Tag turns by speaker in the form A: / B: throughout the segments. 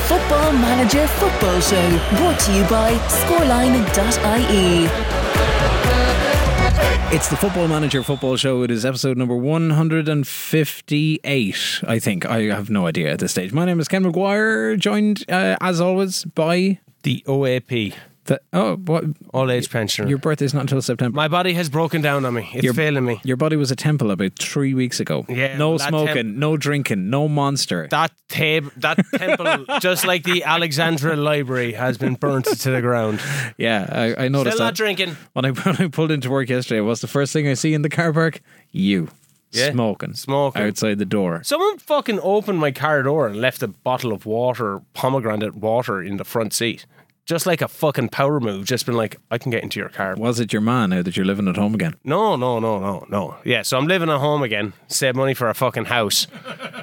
A: Football Manager Football Show, brought to you by scoreline.ie.
B: It's the Football Manager Football Show. It is episode number 158, I think. I have no idea at this stage. My name is Ken McGuire, joined uh, as always by
C: The OAP,
B: the. Oh, what?
C: All Age Pensioner.
B: Your birthday's not until September.
C: My body has broken down on me. It's
B: Your-
C: failing me.
B: Your body was a temple about three weeks ago.
C: Yeah,
B: No
C: that
B: smoking,
C: temp-
B: no drinking, no monster.
C: That table, that temple, just like the Alexandra Library, has been burnt to the ground.
B: yeah, I, I noticed
C: Still not
B: that.
C: drinking.
B: when, I, when I pulled into work yesterday, what's the first thing I see in the car park? You.
C: Yeah,
B: Smoking.
C: smoking.
B: Outside the door.
C: Someone fucking opened my car door and left a bottle of water, pomegranate water, in the front seat. Just like a fucking power move. Just been like, I can get into your car.
B: Was it your man now that you're living at home again?
C: No, no, no, no, no. Yeah, so I'm living at home again. Save money for a fucking house.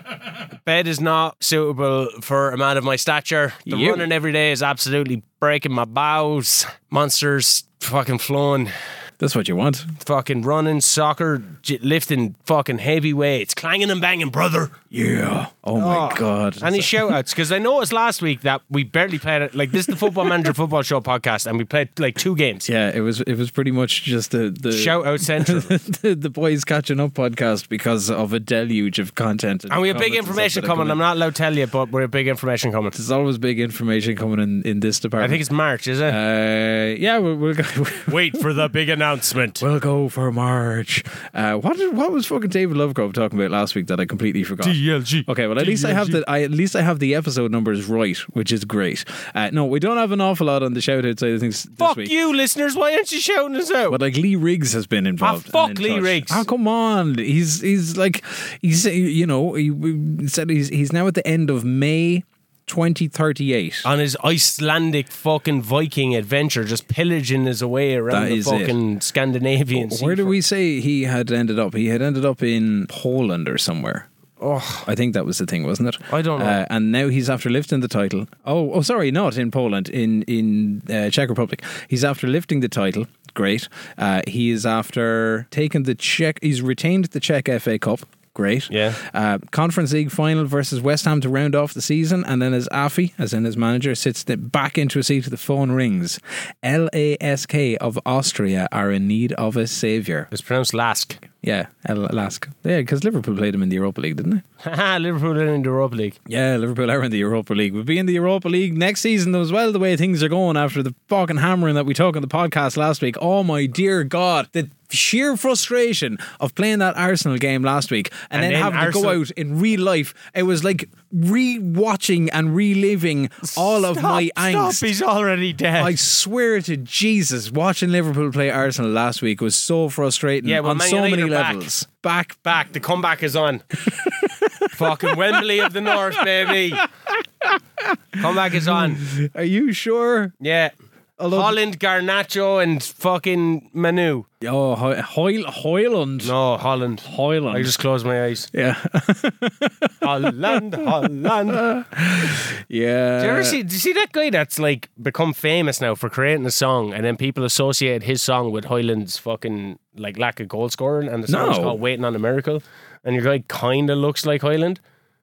C: Bed is not suitable for a man of my stature. The
B: You-
C: running every day is absolutely breaking my bowels. Monsters fucking flowing,
B: That's what you want.
C: fucking running, soccer, j- lifting fucking heavy weights, clanging and banging, brother.
B: Yeah. Oh, my God.
C: Any shout outs? Because I noticed last week that we barely played it. Like, this is the Football Manager Football Show podcast, and we played like two games.
B: Yeah, it was it was pretty much just the the
C: Shout out central.
B: the, the boys catching up podcast because of a deluge of content.
C: And we have big
B: comments stuff
C: information
B: that are
C: coming. I'm not allowed to tell you, but we have big information coming.
B: There's always big information coming in in this
C: I
B: department.
C: think it's March, is it?
B: Uh, yeah, we'll, we'll go.
C: Wait for the big announcement.
B: We'll go for March. Uh, what did, what was fucking David Lovegrove talking about last week that I completely forgot?
C: DLG.
B: Okay, well at least I have the I, at least I have the episode numbers right, which is great. Uh, no, we don't have an awful lot on the shout out side of things this
C: Fuck
B: week.
C: you, listeners. Why aren't you shouting us out?
B: But like Lee Riggs has been involved.
C: Ah, fuck
B: and in
C: Lee
B: touch.
C: Riggs.
B: Oh come on, he's he's like he's you know he said he's he's now at the end of May, twenty thirty eight.
C: On his Icelandic fucking Viking adventure, just pillaging his way around
B: That
C: the
B: is it.
C: fucking Scandinavian sea.
B: Where do we say he had ended up? He had ended up in Poland or somewhere.
C: Oh,
B: I think that was the thing, wasn't it?
C: I don't know.
B: Uh, and now he's after lifting the title. Oh, oh, sorry, not in Poland, in in uh, Czech Republic. He's after lifting the title. Great. Uh, he is after taking the Czech. He's retained the Czech FA Cup. Great.
C: Yeah.
B: Uh, Conference League final versus West Ham to round off the season, and then as Afi, as in his manager, sits th- back into a seat. The phone rings. LASK of Austria are in need of a saviour.
C: it's pronounced Lask.
B: Yeah, LASK. Yeah, because Liverpool played them in the Europa League, didn't they?
C: Haha, Liverpool in the Europa League.
B: Yeah, Liverpool are in the Europa League. We'll be in the Europa League next season as well, the way things are going after the fucking hammering that we took on the podcast last week. Oh my dear God. The sheer frustration of playing that Arsenal game last week and,
C: And
B: then,
C: then
B: having to
C: Arsenal-
B: go out in real life. It was like re watching and reliving all of my angst.
C: He's already dead.
B: I swear to Jesus, watching Liverpool play Arsenal last week was so frustrating
C: Yeah, well,
B: on
C: Man
B: so
C: United
B: many
C: are back.
B: levels. Back,
C: Back. The comeback is on. fucking Wembley of the North, baby. comeback is on.
B: Are you sure?
C: Yeah.
B: Although-
C: Holland, Garnacho, and fucking Manu.
B: Oh, Hoy- Hoy- Hoyland.
C: No, Holland.
B: Hoyland.
C: I just closed my eyes.
B: Yeah.
C: Holland, Holland.
B: Yeah.
C: do you ever see? Do you see that guy that's like become famous now for creating a song, and then people associate his song with Hoyland's fucking like lack of goal scoring, and the song's
B: No.
C: called "Waiting on a Miracle," and your guy kind of looks like Hoyland.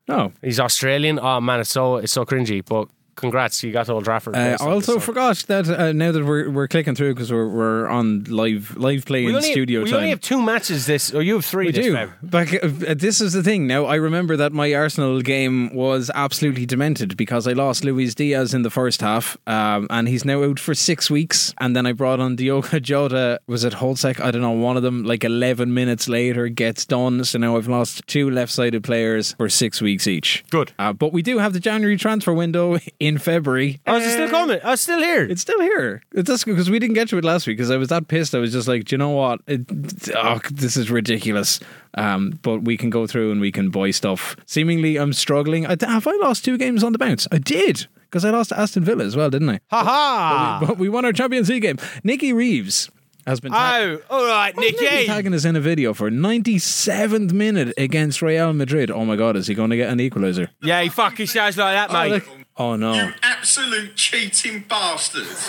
B: No.
C: He's Australian. Oh man, it's so it's so cringy. But congrats, you got Old Trafford.
B: Uh, I
C: based on
B: also
C: this song.
B: forgot that uh, now that we're, we're clicking through because we're, we're on live live play
C: we
B: in
C: only,
B: studio
C: we
B: time.
C: only have two matches this, or you have three.
B: we
C: this
B: do.
C: time.
B: Back, uh, this is the thing. Now I remember that my Arsenal game was absolutely demented because I lost Luis Diaz in the first half, um, and he's now out for six weeks. And then I brought on Diogo Jota. Was it Holsek? I don't know. One of them, like eleven minutes later, gets done. So now I've lost two left-sided players for six weeks each.
C: Good.
B: Uh, but we do have the January transfer window in February.
C: Oh, is it still coming? Oh, it's still here.
B: It's still here. It's just because we didn't get to it last week because I was that pissed. I was just like, do you know what? It, oh, this is ridiculous. Um, but we can go through and we can buy stuff. Seemingly, I'm struggling. I, have I lost two games on the bounce? I did because I lost to Aston Villa as well, didn't I?
C: ha ha.
B: But we won our Champions League game. Nikki Reeves has been. tag-
C: Oh, all right,
B: Nikki
C: Nicky.
B: tagging us in a video for 97th minute against Real Madrid. Oh my God, is he going to get an equaliser?
C: Yeah, he fucking sounds like that,
B: Oh,
C: mate.
B: look- oh no.
D: absolute cheating bastards.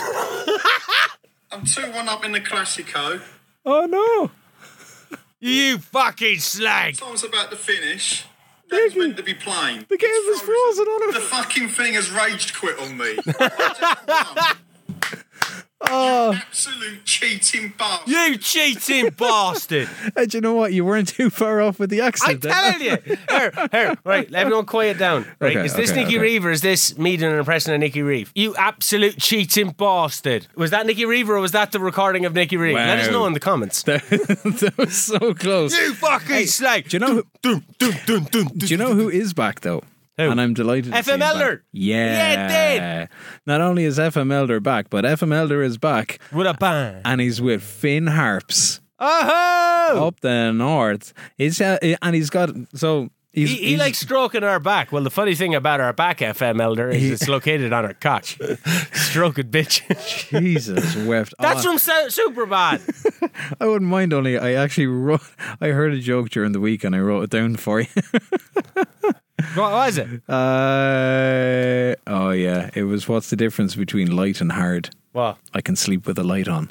D: I'm 2 1 up in the Classico.
B: Oh no.
C: You fucking slag.
D: Time's about to finish. It's meant to be playing.
B: The game was frozen on
D: The
B: him.
D: fucking thing has rage quit on me. I oh. Absolute cheating bastard.
C: You cheating bastard!
B: And you know what? You weren't too far off with the
C: I'm
B: accent. then.
C: telling you. Here, here. Right, everyone quiet down. Right,
B: Okay,
C: is this
B: okay,
C: Nikki
B: okay.
C: Reeve or is this me doing an impression of Nikki Reeve? You absolute cheating bastard. Was that Nikki Reeve or was that the recording of Nikki Reeve? Let us
B: Wow.
C: know in the comments.
B: that was so close.
C: You fucking slag.
B: do you know-
C: Dum, dum, dum, dum, dum,
B: Do you know who is back though?
C: Who?
B: And I'm delighted. to
C: FM
B: see him back.
C: Elder.
B: Yeah,
C: Yeah,
B: did. Not only is FM Elder back, but FM Elder is back,
C: dum. With a bang.
B: and he's with Finn Harps
C: Oh!
B: up the north. He's uh, and he's got so he's,
C: He, he
B: he's-
C: likes stroking our back. Well, the funny thing about our back, FM Elder, is it's located on our cock. Stroke it, bitch.
B: Jesus wept.
C: That's
B: Oh,
C: from Su- Superbad.
B: I wouldn't mind. Only I actually wrote. I heard a joke during the week, and I wrote it down for you.
C: what was it?
B: uh, oh yeah, it was. What's the difference between light and hard?
C: Well,
B: I can sleep with the light on.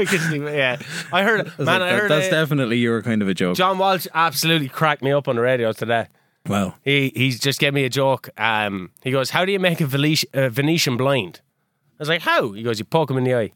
C: I guess he- yeah, I heard, man,
B: Like,
C: I
B: that-
C: heard
B: that's
C: it.
B: definitely your kind of a joke.
C: John Walsh absolutely cracked me up on the radio today.
B: wow.
C: He he's just gave me a joke. Um, he goes, "How do you make a Venetian, uh, Venetian blind?" I was like, "How?" He goes, "You poke him in the eye,"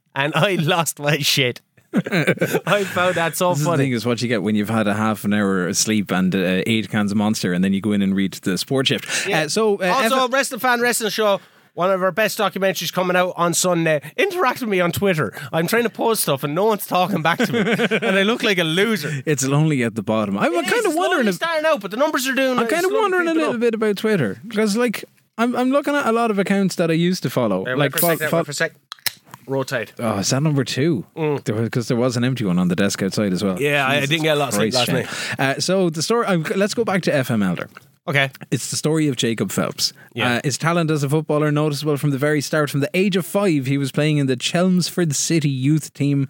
C: and I lost my shit. I found that so
B: This is the
C: funny.
B: thing is what you get when you've had a half an hour of sleep and uh, eight cans of Monster, and then you go in and read the sport shift. Uh, so uh,
C: also,
B: Evan-
C: Wrestling Fan Wrestling Show, one of our best documentaries coming out on Sunday. Interact with me on Twitter. I'm trying to post stuff and no one's talking back to me. and I look like a loser.
B: it's lonely at the bottom. I'm
C: It is,
B: kind of
C: it's
B: wondering.
C: slowly
B: If,
C: starting out, but the numbers are doing.
B: I'm kind of wondering a little bit about Twitter because, like, I'm I'm looking at a lot of accounts that I used to follow. like,
C: for
B: fo-
C: a sec,
B: fo-
C: for a sec. Rotate.
B: oh, is that number two? Because there, was- 'cause there was an empty one on the desk outside as well.
C: Mm. Yeah, I- I
B: Jesus
C: didn't get a lot of sleep
B: Christ,
C: last
B: Shane. Uh, so the story. I'm, let's go back to FM Elder.
C: Okay.
B: It's the story of Jacob Phelps.
C: Yeah.
B: Uh, his talent as a footballer noticeable from the very start. From the age of five, he was playing in the Chelmsford City youth team.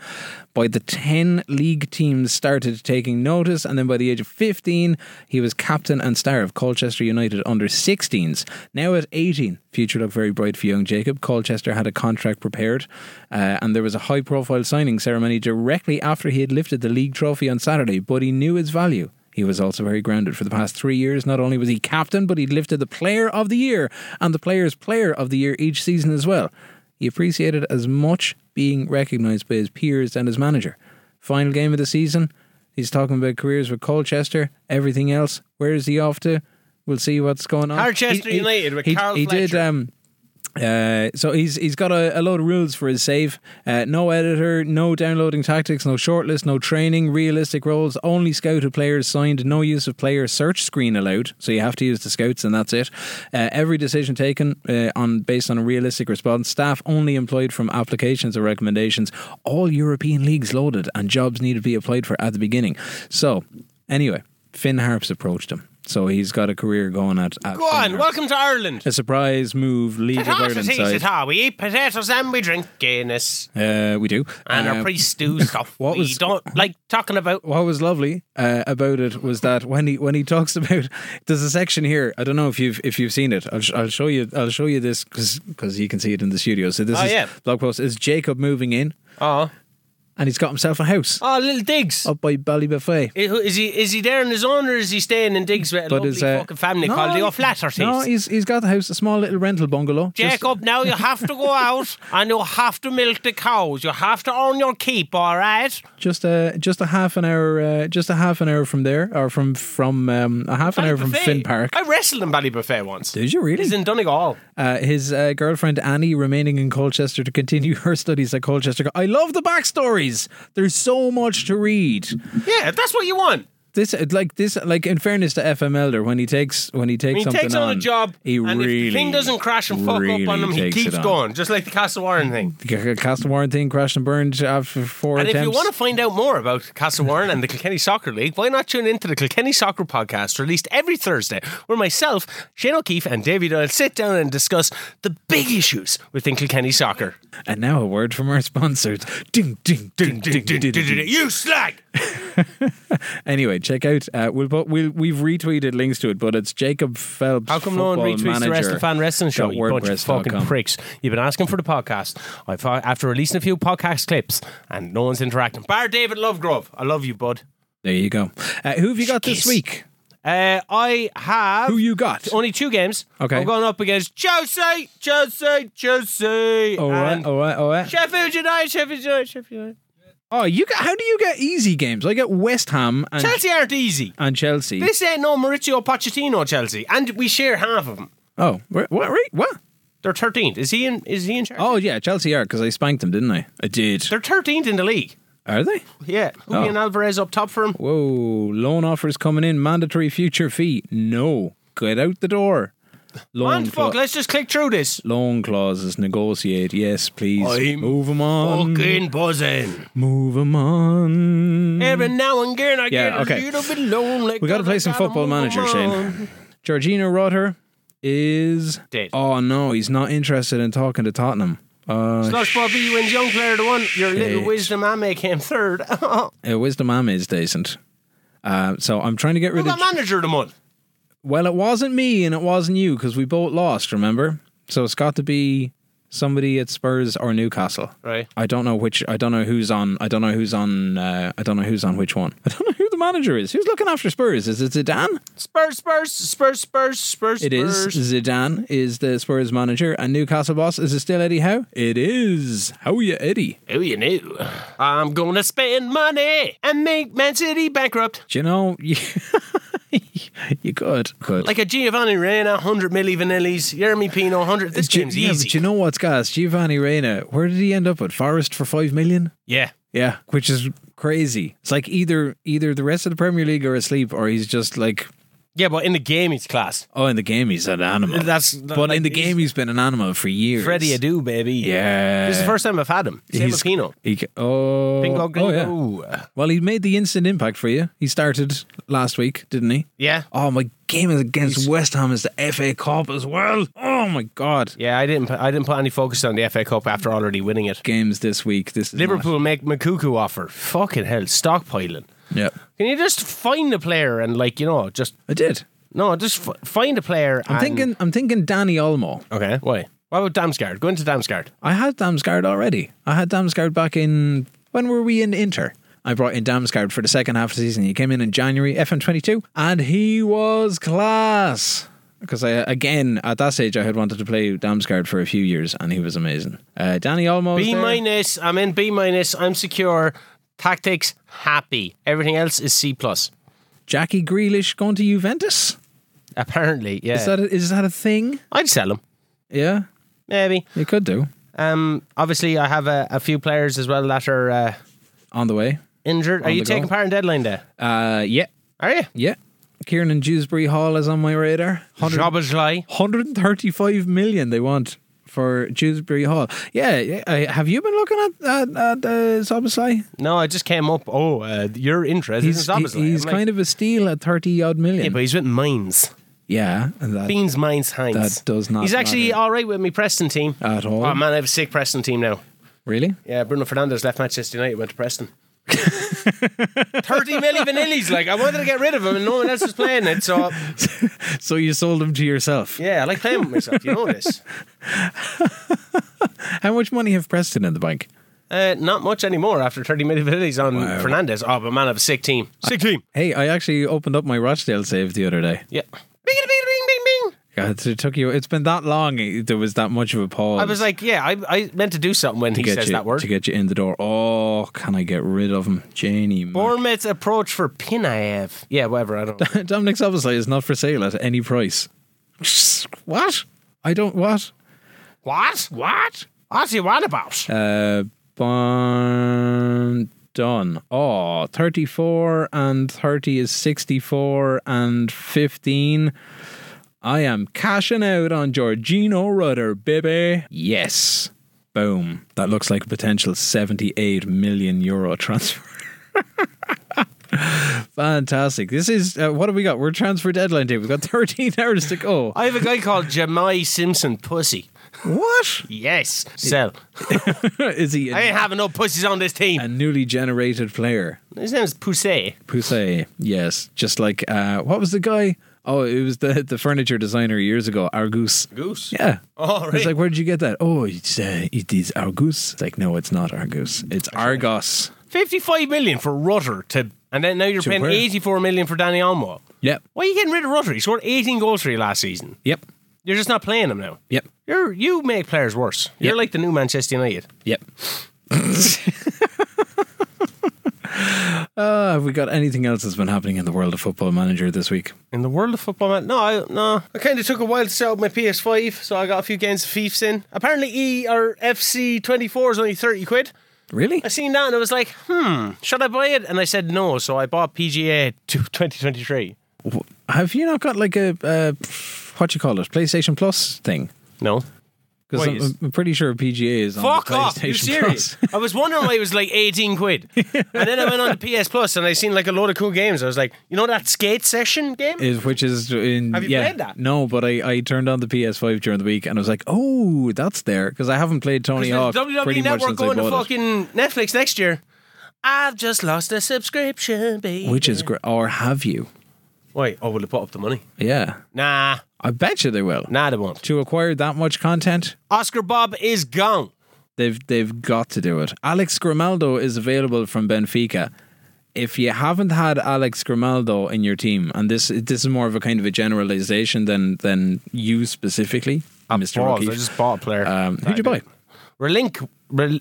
B: By the ten league teams started taking notice, and then by the age of fifteen, he was captain and star of Colchester United under 16s. Now at eighteen, future looked very bright for young Jacob. Colchester had a contract prepared, uh, and there was a high-profile signing ceremony directly after he had lifted the league trophy on Saturday. But he knew his value. He was also very grounded for the past three years. Not only was he captain, but he lifted the player of the year and the player's player of the year each season as well. He appreciated as much being recognised by his peers and his manager. Final game of the season, he's talking about careers with Colchester, everything else. Where is he off to? We'll see what's going on.
C: Colchester United with Carl
B: he did.
C: Fletcher.
B: Um, uh, so he's he's got a, a load of rules for his save. Uh, no editor, no downloading tactics, no shortlist, no training, realistic roles, only scouted players signed, no use of player search screen allowed. So you have to use the scouts, and that's it. Uh, every decision taken uh, on based on a realistic response. Staff only employed from applications or recommendations. All European leagues loaded, and jobs need to be applied for at the beginning. So anyway, Finn Harps approached him. So he's got a career going at. at
C: Go
B: Finn
C: on.
B: Harps.
C: Welcome to Ireland.
B: A surprise move, League of Ireland side.
C: Ta-ta, Ah, we eat potatoes and we drink Guinness
B: Uh, we do.
C: and
B: Uh,
C: our priest stew stuff.
B: what
C: we
B: was-
C: don't like talking about.
B: what was lovely uh, about it was that when he when he talks about there's a section here. I don't know if you've if you've seen it. I'll, sh- I'll show you. I'll show you this because you can see it in the studio. So this
C: Oh,
B: is
C: yeah.
B: blog post is Jacob moving in
C: Oh,
B: and he's got himself a house
C: oh, little digs.
B: up by Ballybuffet.
C: Is is he is he there on his own or is he staying in digs with a lovely
B: his, uh,
C: fucking family
B: no,
C: called the O'Flaherty's?
B: No, he's he's got the house, a small little rental bungalow. Just-
C: Jacob, now you have to go out and you have to milk the cows. You have to earn your keep, all right?
B: just a just a half an hour, uh, just a half an hour from there, or from from um, a half an hour from
C: Ballybuffet.
B: Finn Park.
C: I wrestled in Ballybuffet once.
B: Did you really?
C: He's in Donegal.
B: Uh, his uh, girlfriend Annie remaining in Colchester to continue her studies at Colchester. Co- I love the backstories. There's so much to read.
C: Yeah, that's what you want.
B: This, like this, like in fairness to FM Elder, when he takes when he takes
C: He
B: something
C: takes on, a job,
B: he
C: and
B: really
C: if the thing doesn't crash and fuck
B: really
C: up on him, he
B: takes it
C: keeps
B: on.
C: going, just like the Castle Warren thing.
B: C- c- Cast and Warren thing crashed and burned after four
C: And if
B: attempts.
C: you want to find out more about Castle Warren and the Kilkenny Soccer League, why not tune into the Kilkenny Soccer Podcast, released every Thursday, where myself, Shane O'Keefe, and David Doyle sit down and discuss the big issues within Kilkenny soccer.
B: and now a word from our sponsors. Ding ding ding ding ding ding. ding, ding.
C: You slag!
B: Anyway, check out. Uh, we'll put. We'll, we've retweeted links to it, but it's Jacob Phelps.
C: How come no one
B: Football
C: retweets the rest of
B: Manager
C: the fan wrestling show?
B: dot
C: You bunch of
B: WordPress.com.
C: fucking pricks. You've been asking for the podcast. I've, after releasing a few podcast clips, and no one's interacting. Bar David Lovegrove, I love you, bud.
B: There you go. Uh, who have you got this
C: Jeez.
B: week?
C: Uh, I have
B: Who you got?
C: only two games.
B: Okay.
C: I'm going up against Chelsea, Chelsea, Chelsea.
B: All right,
C: and
B: all right, all right.
C: Sheffield United, Sheffield United, Sheffield United.
B: uh, Oh, you got, how do you get easy games? I get West Ham and
C: Chelsea aren't easy.
B: and Chelsea.
C: This ain't no Maurizio Pochettino Chelsea, and we share half of them.
B: oh, what? What? Right, what?
C: They're 13th. Is he in? Is he in charge?
B: Oh yeah, Chelsea are because I spanked them, didn't I? I did.
C: They're 13th in the league.
B: Are they?
C: Yeah,
B: Oh.
C: Julian Alvarez up top for him.
B: Whoa! Loan offers coming in. Mandatory future fee. No, get out the door. Loan,
C: Man, fuck,
B: cla-
C: let's just click through this.
B: loan clauses. Negotiate. Yes, please.
C: I'm
B: Move them on.
C: Fucking buzzing.
B: Move them on.
C: Every now and again, I
B: Mm. Yeah,
C: get
B: okay.
C: a little bit lonely.
B: We got to
C: 'cause
B: play
C: I
B: some
C: gotta
B: football
C: move
B: manager,
C: on.
B: Shane. Georgina Rutter is
C: Dead.
B: Oh no, he's not interested in talking to Tottenham. Uh,
C: Slush Bobby, you wins young player to one. Your little
B: Shit.
C: wisdom, I make him third. Who
B: uh, Wisdom Am is decent. Uh, so I'm trying to get rid of.
C: got manager of the month?
B: Well, it wasn't me and it wasn't you because we both lost. Remember, so it's got to be somebody at Spurs or Newcastle.
C: Right.
B: I don't know which. I don't know who's on. I don't know who's on. Uh, I don't know who's on which one. I don't know who the manager is. Who's looking after Spurs? Is it Zidane?
C: Spurs, Spurs, Spurs, Spurs, Spurs,
B: It is
C: Spurs.
B: Zidane is the Spurs manager and Newcastle boss. Is it still Eddie Howe? It is. How are you, Eddie?
C: Who you knew? I'm gonna spend money and make Man City bankrupt.
B: Do you know you, you could. Good.
C: Like a Giovanni Reina, 100 milli vanillis, Jeremy Pino, 100. This
B: Gi-
C: game's
B: yeah,
C: easy.
B: But you know what's gas? Giovanni Reina. Where did he end up at? Forest for five million?
C: yeah.
B: Yeah. Which is crazy. It's like either either the rest of the Premier League are asleep or he's just like
C: Yeah, but in the game, he's class.
B: oh in the game he's an animal.
C: That's-
B: but in
C: like,
B: the
C: he's-
B: game he's been an animal for years.
C: Freddie Adu, baby.
B: Yeah.
C: This is the first time I've had him. Same with Pino.
B: He, ca- Uh, oh,
C: Bingo,
B: oh yeah.
C: gringo. yeah.
B: Well, he made the instant impact for you. He started last week, didn't he?
C: yeah.
B: Oh, my game is against West Ham is the FA Cup as well. Oh my god.
C: I didn't. pu- I didn't put any focus on the FA Cup after already winning it.
B: Games this week. This is
C: Liverpool make Makuku offer. Fucking hell, stockpiling.
B: Not, yeah.
C: Can you just find a player and like you know just
B: I did.
C: no, just f- find a player.
B: I'm
C: and-
B: thinking I'm thinking Danny Olmo.
C: Okay, why? What about Damsgaard? Go into Damsgaard.
B: I had Damsgaard already. I had Damsgaard back in when were we in Inter? I brought in Damsgaard for the second half of the season. He came in in January FM22 and he was class. Because I again at that stage I had wanted to play Damsgaard for a few years and he was amazing. Uh, Danny Olmo was
C: B
B: there.
C: minus. I'm in B minus. I'm secure. Tactics happy. Everything else is C plus.
B: Jackie Grealish going to Juventus?
C: Apparently, yeah.
B: Is that a, is that a thing?
C: I'd sell him.
B: Yeah,
C: Maybe.
B: it could do.
C: Um. Obviously, I have a, a few players as well that are uh,
B: On the way.
C: injured. Are you
B: the
C: taking
B: go.
C: part in deadline day?
B: Uh, yeah,
C: Are you?
B: yeah. Kieran Dewsbury Hall is on my radar. 100
C: Jobbersley.
B: 135 million they want for Dewsbury Hall. Yeah, yeah. Uh, have you been looking at at, at uh, Soboslai?
C: No, I just came up. Oh, uh, your interest
B: He's,
C: is
B: he-
C: Jobbersley.
B: he's kind of a steal at 30 odd million.
C: Yeah, but he's with Mines.
B: Yeah, and that-
C: Beans, Mines, Hines.
B: That does not
C: He's actually
B: matter.
C: all right with me Preston team.
B: At all.
C: Oh man, I have a sick Preston team now.
B: really?
C: Yeah, Bruno Fernandez left Manchester United, went to Preston. 30 milli vanillis. Like, I wanted to get rid of him and no one else was playing it. So,
B: So you sold him to yourself.
C: yeah, I like playing with myself. You know this.
B: How much money have Preston in the bank?
C: Uh, not much anymore after 30 milli vanillis on Fernandez. Oh, but man, I have a sick team. Sick team.
B: Hey, I actually opened up my Rochdale save the other day.
C: Yeah. Bing, bing, bing, bing, bing.
B: God, it took you. It's been that long. eh, There was that much of a pause.
C: I was like, yeah, I, I meant to do something when he
B: get
C: says
B: you,
C: that word.
B: to get you in the door. Oh, can I get rid of him, Janie? man.
C: Bournemouth's approach for Pinaev. Yeah, whatever. I don't know.
B: Dominic Soboslai is not for sale at any price. What? I don't what?
C: what? What? What's he on about?
B: Uh Bon Done. Oh, 34 and 30 is 64 and 15. I am cashing out on Georgino Rudder, baby. Yes. Boom. That looks like a potential 78 million euro transfer. Fantastic. This is uh, what have we got? We're transfer deadline day. We've got 13 hours to go.
C: I have a guy called Jemai Simpson Pussy.
B: What?
C: Yes. Sell.
B: is he
C: I
B: a,
C: ain't having no pussies on this team.
B: a newly generated player?
C: His name is Poussey.
B: Poussey, yes. Just like uh, what was the guy? Oh, it was the the furniture designer years ago, Argus.
C: Goose.
B: Yeah.
C: Oh,
B: It's
C: right.
B: like, where did you get that? Oh, it's uh, it is Argus. It's like, no, it's not Argus. It's Argos.
C: 55 million for Rutter to And then now you're
B: To
C: paying
B: where?
C: 84 million for Danny Almo.
B: Yep.
C: Why are you getting rid of Rutter? He scored 18 goals for you last season.
B: Yep.
C: You're just not playing him now.
B: Yep.
C: You're you make players worse. You're
B: Yep.
C: like the new Manchester United.
B: Yep. uh, have we got anything else that's been happening in the world of football manager this week?
C: In the world of football, man, no, I no. I kind of took a while to set up my PS5, so I got a few games of Fiefs in. Apparently, E or FC 24 is only 30 quid.
B: Really?
C: I seen that and I was like, hmm, should I buy it? And I said no, so I bought PGA to 2023.
B: Have you not got like a, uh, what you call it, PlayStation Plus thing?
C: No.
B: Because
C: Why
B: I'm,
C: is-
B: I'm pretty sure PGA is on
C: Fuck
B: the
C: off!
B: PlayStation
C: You serious?
B: Plus.
C: I was wondering why it was like eighteen quid, and then I went on to PS Plus and I seen like a load of cool games. I was like, you know that skate session game?
B: Is- which is in
C: Have you
B: yeah,
C: played that?
B: No, but I, I turned on the PS5 during the week and I was like, oh, that's there because I haven't played Tony Hawk
C: There's a
B: pretty
C: WWE
B: much
C: Network
B: since I
C: going to
B: bought it,
C: fucking Netflix next year. I've just lost a subscription, baby.
B: which is great. Or have you?
C: wait. Oh, will they put up the money?
B: Yeah,
C: Nah,
B: I bet you they will.
C: nah, they won't.
B: To acquire that much content,
C: Oscar Bob is gone.
B: They've they've got to do it. Alex Grimaldo is available from Benfica. If you haven't had Alex Grimaldo in your team, and this this is more of a kind of a generalization than than you specifically, Mr.
C: Balls,
B: O'Keefe.
C: I just bought a player.
B: um, who'd you buy?
C: Relink, rel,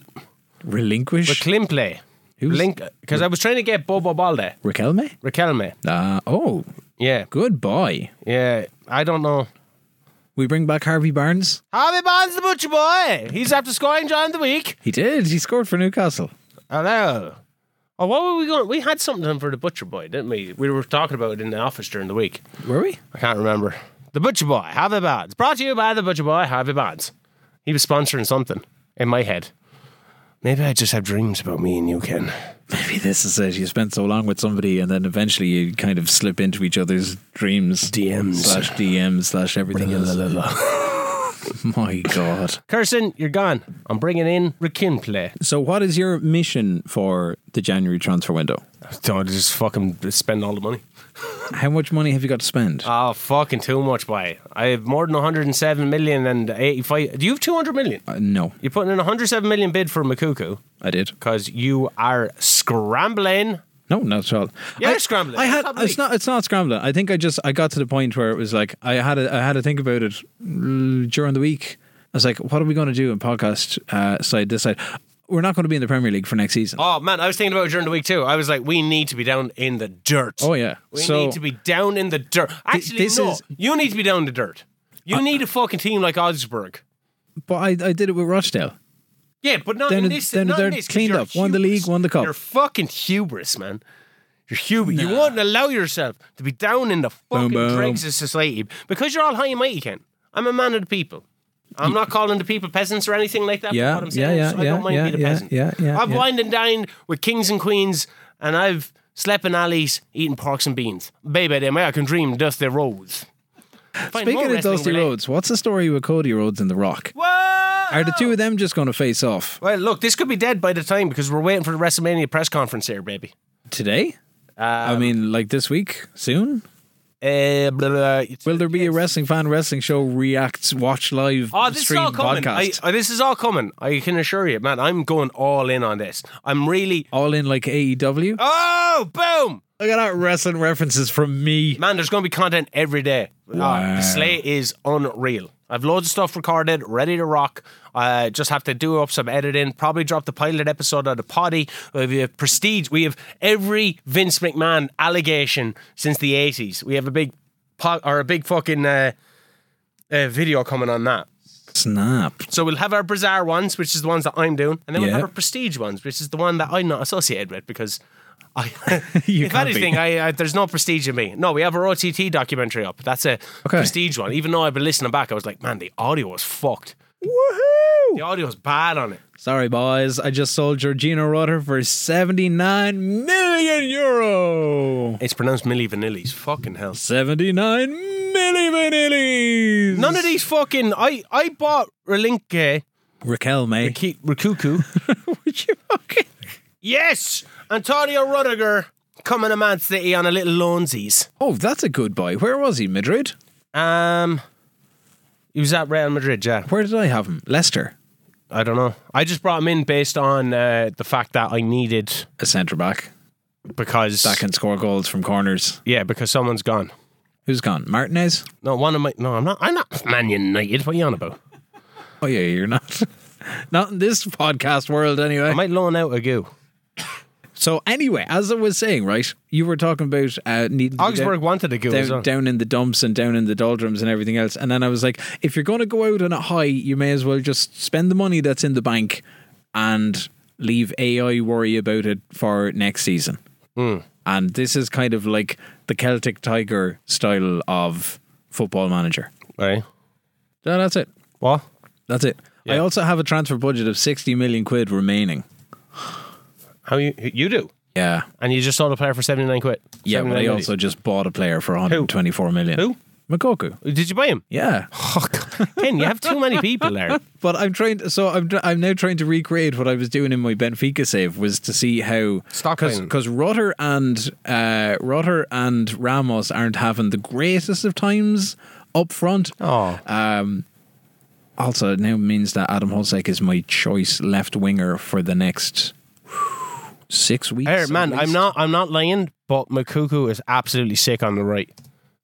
B: Relinquish
C: Reclimplay.
B: Who's-
C: Link, because I was trying to get Bobo Balde,
B: Raquelme?
C: Raquelme.
B: Uh, oh,
C: Yeah,
B: good boy.
C: yeah. I don't know.
B: We bring back Harvey Barnes.
C: Harvey Barnes, the butcher boy. He's after scoring during the week.
B: He did. He scored for Newcastle.
C: Hello. Oh, what were we going? We had something for the butcher boy, didn't we? We were talking about it in the office during the week.
B: Were we?
C: I can't remember. The Butcher Boy, Harvey Barnes. Brought to you by the Butcher Boy, Harvey Barnes. He was sponsoring something in my head. Maybe I just have dreams about me and you, Ken.
B: Maybe this is it. You spend so long with somebody, and then eventually you kind of slip into each other's dreams.
C: DMs.
B: slash DMs slash everything else. My God.
C: Kirsten, you're gone. I'm bringing in Rakin play.
B: So, what is your mission for the January transfer window?
C: Don't just fucking spend all the money.
B: How much money have you got to spend?
C: Oh, fucking too much, boy. I have more than 107 million and 85. Do you have 200 million?
B: Uh, no,
C: You're putting in 107 million bid for Makuku
B: I did.
C: because you are scrambling.
B: No, not at all.
C: Yeah,
B: I-
C: you're scrambling.
B: I had
C: Stop
B: it's
C: leak.
B: not. It's not scrambling. I think I just I got to the point where it was like I had a, I had to think about it mm, during the week. I was like, what are we going to do in podcast uh, side this side? We're not going to be in the Premier League for next season.
C: Oh, man, I was thinking about it during the week too. I was like, we need to be down in the dirt.
B: Oh, yeah.
C: We
B: So-
C: need to be down in the dirt. Actually,
B: this
C: no.
B: is-
C: you need to be down in the dirt. You need a fucking team like Augsburg.
B: But I, I did it with Rochdale.
C: Yeah, but not
B: Down
C: in
B: in-
C: this.
B: down in
C: not in
B: dirt,
C: this 'cause
B: cleaned
C: you're
B: up, won the league,
C: hubris.
B: won the cup.
C: You're fucking hubris, man. You're hubris. You won't allow yourself to be down in the fucking
B: boom.
C: dregs of society because you're all high and mighty, Ken. I'm a man of the people. I'm not calling the people peasants or anything like that. but
B: Yeah,
C: what I'm saying
B: yeah,
C: is
B: yeah,
C: I
B: yeah,
C: don't mind
B: yeah,
C: being a
B: yeah,
C: peasant.
B: yeah, yeah,
C: I've
B: yeah.
C: wined and dined with kings and queens, and I've slept in alleys eating porks and beans. Baby, the American dream, dusty roads. Find more
B: Speaking of
C: wrestling
B: Dusty
C: related-
B: Rhodes, what's the story with Cody Rhodes and The Rock?
C: Whoa!
B: Are the two of them just going to face off
C: Well, look, this could be dead by the time because we're waiting for the WrestleMania press conference here, baby.
B: today?
C: Um,
B: I mean, like this week, soon.
C: Uh, blah, blah, it's-
B: Will there be a wrestling fan wrestling show reacts watch live
C: Oh, this
B: stream
C: is all coming. I,
B: podcast?
C: I- this is all coming. I can assure you, man. I'm going all in on this. I'm really.
B: all in like E AEW.
C: Oh, boom,
B: Look at that wrestling references from me.
C: man. There's going to be content every day. Ah,
B: Wow.
C: the slate is unreal. I've loads of stuff recorded, ready to rock. I just have to do up some editing. Probably drop the pilot episode of the potty. We have prestige. We have every Vince McMahon allegation since the '80s. We have a big, pot, or a big fucking uh, uh, video coming on that.
B: Snap.
C: So we'll have our bizarre ones, which is the ones that I'm doing, and then we'll
B: Yeah.
C: have our prestige ones, which is the one that I'm not associated with because. I,
B: You
C: if
B: can't be.
C: anything, I, I, there's no prestige in me. No, we have our OTT documentary up. That's a
B: Okay.
C: prestige one. Even though I've been listening back, I was like, man, the audio was fucked. The
B: Woohoo!
C: audio was bad on it.
B: Sorry, boys. I just sold Georgina Rutter for 79 million euro.
C: It's pronounced Milli Vanilli's. Fucking hell.
B: 79 milli vanillis.
C: None of these fucking. I I bought Relinke
B: Raquel, mate.
C: Ki- Rikuku.
B: Would you fucking.
C: yes, Antonio Rudiger coming to Man City on a little loansies.
B: Oh, that's a good boy. Where was he? Madrid?
C: Um, he was at Real Madrid, yeah.
B: Where did I have him? Leicester.
C: I don't know. I just brought him in based on uh, the fact that I needed
B: A centre back.
C: because
B: that can score goals from corners.
C: yeah, because someone's gone.
B: Who's gone? Martinez?
C: No, one of my no, I'm not. I'm not Man United. What are you on about?
B: Oh yeah, you're not. Not in this podcast world, anyway.
C: I might loan out a goo.
B: So anyway, as I was saying, right, you were talking about uh, needing to be
C: Augsburg
B: down-
C: wanted a goo as well.
B: down, down in the dumps and down in the doldrums and everything else. And then I was like, if you're going to go out on a high, you may as well just spend the money that's in the bank and leave AI worry about it for next season. And this is kind of like the Celtic Tiger style of football manager.
C: Right?
B: No, that's it.
C: What?
B: That's it. I also have a transfer budget of 60 million quid remaining.
C: How you you do?
B: Yeah.
C: And you just sold a player for seventy nine quid.
B: Yeah, but
C: 79
B: I
C: quid.
B: also just bought a player for 124 million.
C: Who?
B: Makoku.
C: did you buy him?
B: Yeah.
C: Oh, God. Ken, you have too many people there.
B: But I'm trying to, so I'm I'm now trying to recreate what I was doing in my Benfica save was to see how
C: Stockpiling.
B: because Rutter and uh, Rutter and Ramos aren't having the greatest of times up front.
C: Oh,
B: Also, it now means that Adam Holsek is my choice left winger for the next six weeks.
C: Hey,
B: at
C: man, I'm
B: least.
C: not. I'm not lying. But Makuku is absolutely sick on the right.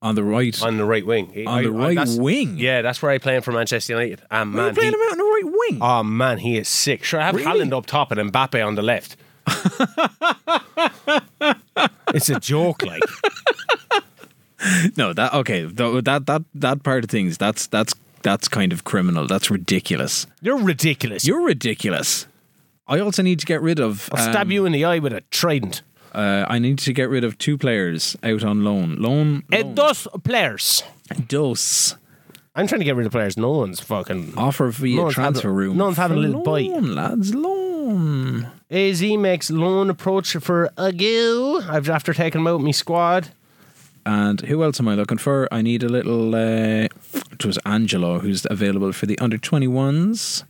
B: on the right.
C: On the right wing. He-
B: On the right
C: that's-
B: wing?
C: Yeah, that's where I play him for Manchester United. And
B: We're
C: man,
B: playing
C: he-
B: him out on the right wing.
C: oh man, he is sick. Sure, I have
B: Really?
C: Holland up top and Mbappe on the left. it's a joke, like.
B: No, that okay. Tho- That that that part of things. That's that's that's kind of criminal. That's ridiculous.
C: You're ridiculous.
B: You're ridiculous. I also need to get rid of.
C: I'll stab
B: um,
C: you in the eye with a trident.
B: uh, I need to get rid of two players out on loan. Loan.
C: Eh,
B: loan.
C: those players.
B: Dos.
C: I'm trying to get rid of players. No one's fucking.
B: Offer via
C: No one's
B: transfer
C: having-
B: room.
C: no one's having a
B: for
C: little bite.
B: Loan, lads. Loan.
C: AZ makes loan approach for a go. I've after taking him out of my squad.
B: And who else am I looking for? I need a little. Uh, it was Angelo who's available for the under 21s.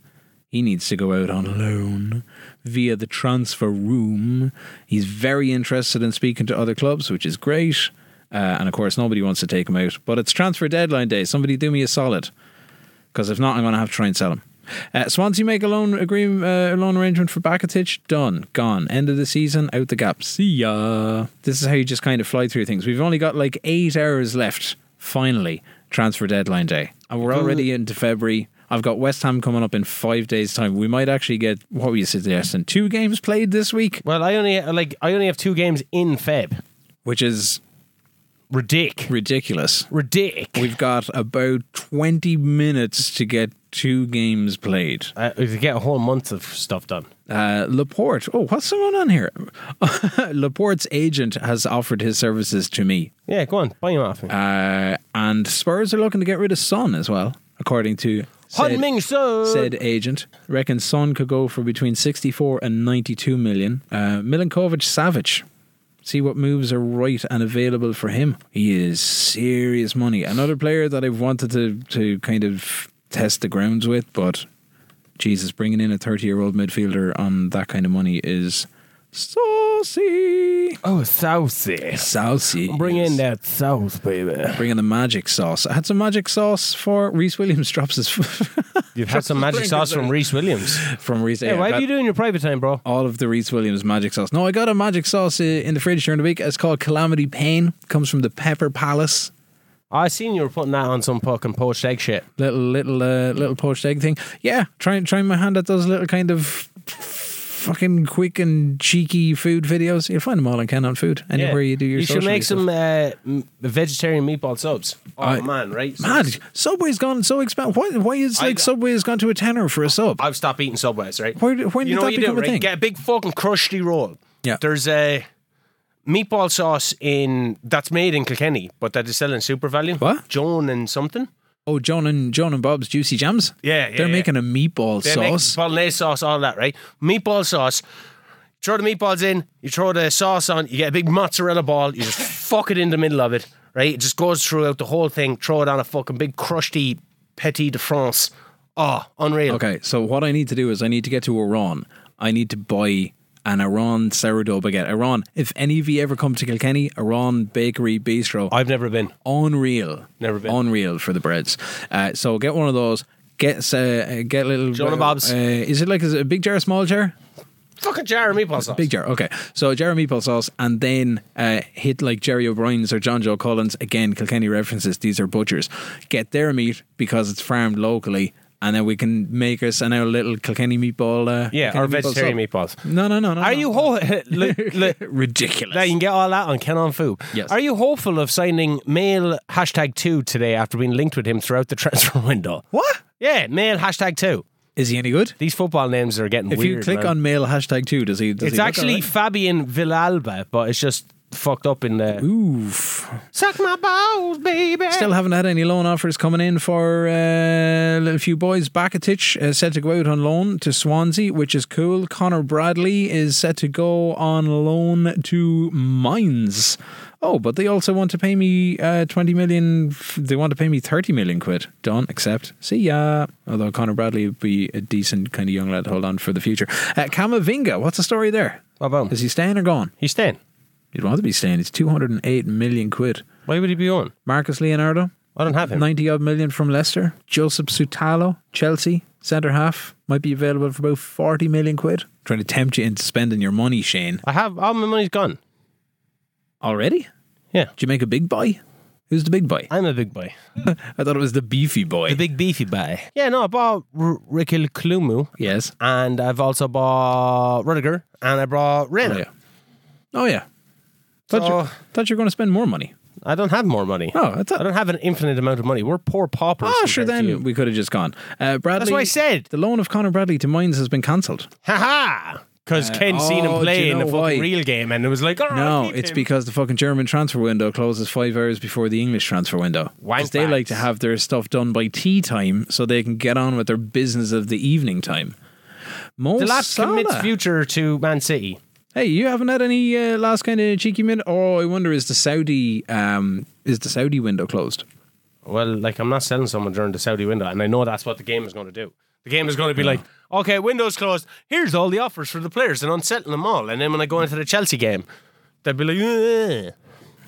B: He needs to go out on loan via the transfer room. He's very interested in speaking to other clubs, which is great. Uh, and of course, nobody wants to take him out. But it's transfer deadline day. Somebody do me a solid. Because if not, I'm going to have to try and sell him. Uh, Swansea make a loan agreement, uh, loan arrangement for Bakatic. Done, gone. End of the season, out the gap. See ya. This is how you just kind of fly through things. We've only got like eight hours left. Finally, transfer deadline day, and we're already into February. I've got West Ham coming up in five days' time. We might actually get what were you suggesting? Two games played this week,
C: Well, I only like I only have two games in Feb.
B: which is
C: Ridic.
B: ridiculous.
C: Ridic.
B: We've got about twenty minutes to get two games played.
C: Uh, we get a whole month of stuff done.
B: Uh, Laporte. Oh, what's going on here? Laporte's agent has offered his services to me.
C: Yeah, go on, buy him off me.
B: Uh, and Spurs are looking to get rid of Son as well, according to
C: Hun
B: said,
C: Ming Soo.
B: said agent. Reckon Son could go for between 64 and 92 million. Uh, Milinkovic Savage. See what moves are right and available for him. He is serious money. Another player that I've wanted to, to kind of test the grounds with, but Jesus, bringing in a 30 year old midfielder on that kind of money is saucy.
C: Oh, Southie.
B: Saucy.
C: Bring
B: is-
C: in that South, baby.
B: Bring in the magic sauce. I had some magic sauce for Reese Williams drops his
C: You've had some magic sauce from Reese Williams.
B: from Reese.
C: Hey,
B: Yeah,
C: why
B: that-
C: are you doing your private time, bro?
B: all of the Reese Williams magic sauce. No, I got a magic sauce uh, in the fridge during the week. It's called Calamity Pain. Comes from the Pepper Palace.
C: I seen you were putting that on some fucking poached egg shit.
B: Little little uh, little poached egg thing. Yeah, trying trying my hand at those little kind of fucking quick and cheeky food videos. You'll find them all on Ken on Food anywhere you do your.
C: You should
B: social
C: make
B: stuff.
C: some uh, m- vegetarian meatball subs. Oh
B: I-
C: man, right?
B: Mad Subway's gone so expensive. Why why is
C: I-
B: like Subway has gone to a tenner for a sub?
C: I've stopped eating Subways, right?
B: Why- when
C: you
B: did
C: know
B: that
C: what you
B: become
C: do,
B: a
C: right?
B: thing?
C: Get a big fucking crusty roll.
B: Yeah.
C: There's a meatball sauce in that's made in Kilkenny, but that is selling super value.
B: What?
C: Joan and something.
B: Oh, John and John and Bob's Juicy Jams.
C: Yeah, yeah,
B: they're
C: yeah.
B: making a meatball
C: They make
B: sauce.
C: bolognese sauce, all that, right? Meatball sauce. Throw the meatballs in, you throw the sauce on, you get a big mozzarella ball, you just fuck it in the middle of it, right? It just goes throughout the whole thing, throw it on a fucking big crusty petit de France. Oh, unreal.
B: Okay, so what I need to do is I need to get to Iran. I need to buy an Iran sourdough baguette. Iran, if any of you ever come to Kilkenny, Iran Bakery Bistro,
C: I've never been.
B: unreal,
C: Never been.
B: unreal for the breads. Uh, so get one of those. Get uh, get little
C: John and Bob's.
B: Uh, is it like is it a big jar, small jar?
C: Fucking jar of meatball sauce.
B: Big jar. Okay. So a jar of meatball sauce and then uh, hit like Jerry O'Brien's or John Joe Collins. Again, Kilkenny references. These are butchers. Get their meat because it's farmed locally. And then we can make us an our little Kilkenny meatball. Uh,
C: yeah,
B: Kilkenny
C: or
B: meatball
C: vegetarian
B: sub.
C: meatballs.
B: No, no, no, no.
C: Are
B: no.
C: you whole? li- li-
B: ridiculous?
C: Now you can get all that on Ken on Foo.
B: Yes.
C: Are you hopeful of signing male hashtag two today after being linked with him throughout the transfer window?
B: what?
C: Yeah, male hashtag two.
B: Is he any good?
C: These football names are getting
B: If
C: weird.
B: you click
C: man.
B: on male hashtag two, does he? Does
C: it's
B: he look
C: actually
B: alright?
C: Fabian Villalba, but it's just fucked up in the
B: Oof.
C: suck my balls, baby.
B: Still haven't had any loan offers coming in for uh, a few boys. Bakatich uh, set to go out on loan to Swansea, which is cool. Connor Bradley is set to go on loan to Mines. Oh, but they also want to pay me uh, 20 million. f- They want to pay me 30 million quid. Don't accept. See ya. Although Connor Bradley would be a decent kind of young lad to hold on for the future. Uh, Kamavinga, what's the story there?
C: What about him?
B: Is he staying or gone?
C: He's staying.
B: He'd want to be staying. It's 208 million quid.
C: Why would he be on?
B: Marcus Leonardo?
C: I don't have him.
B: 90 odd million from Leicester. Joseph Sutalo, Chelsea, centre half, might be available for about 40 million quid. Trying to tempt you into spending your money, Shane.
C: I have all my money's gone.
B: Already?
C: Yeah,
B: Did you make a big buy? Who's the big boy?
C: I'm a big boy,
B: I thought it was the beefy boy.
C: the big beefy boy. Yeah, no, I bought R- Rikil Klumu,
B: yes.
C: and I've also bought Rudiger, and I brought Rena.
B: Oh, yeah. Oh, yeah. Thought, you,
C: So-
B: thought you were going to spend more money.
C: I don't have more money.
B: Oh, I thought-
C: I don't have an infinite amount of money. We're poor paupers.
B: Oh, sure,
C: compared to you.
B: then we could have just gone. Uh, Bradley,
C: That's what I said.
B: The loan of Connor Bradley to Mines has been cancelled.
C: Ha ha! Because Ken seen him
B: oh, do
C: play
B: you
C: in a
B: know
C: fucking
B: why?
C: real game, and it was like, oh,
B: No,
C: I'll keep
B: it's
C: him.
B: because the fucking German transfer window closes five hours before the English transfer window.
C: Wank
B: Because they like
C: bags.
B: to have their stuff done by tea time so they can get on with their business of the evening time. Mo
C: the lad commits
B: Salah.
C: future to Man City.
B: hey, you haven't had any uh, last kind of cheeky minute? Oh, I wonder is the Saudi um, is the Saudi window closed?
C: Well, like I'm not selling someone during the Saudi window, and I know that's what the game is going to do. The game is going to be like, okay, windows closed. Here's all the offers for the players, and unsettling them all. And then when I go into the Chelsea game, they'd be like,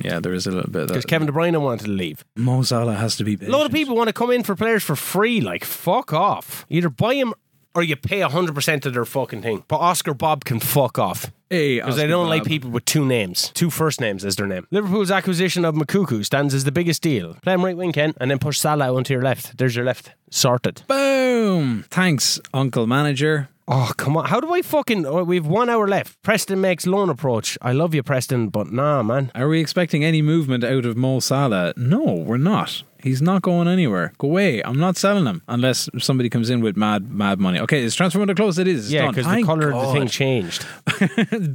B: Yeah, there is a little bit of
C: because
B: that.
C: Kevin De Bruyne wanted to leave.
B: Mo Salah has to be.
C: A lot of people want to come in for players for free. Like, fuck off. Either buy him or you pay 100% of their fucking thing. But Oscar Bob can fuck off.
B: Hey,
C: Because I
B: Oscar
C: don't
B: Bob.
C: like people with two names, two first names as their name. Liverpool's acquisition of Makuku stands as the biggest deal. Play him right wing, Ken, and then push Salah onto your left. There's your left. Sorted.
B: Boom! Thanks, Uncle Manager.
C: Oh, come on. How do I fucking. Oh, we have one hour left. Preston makes loan approach. I love you, Preston, but nah, man.
B: Are we expecting any movement out of Mo Salah? No, we're not. He's not going anywhere. Go away. I'm not selling him unless somebody comes in with mad, mad money. Okay, is transfer window closed? It is. It's
C: Yeah,
B: done.
C: because the
B: Thank
C: colour of the thing
B: God.
C: changed.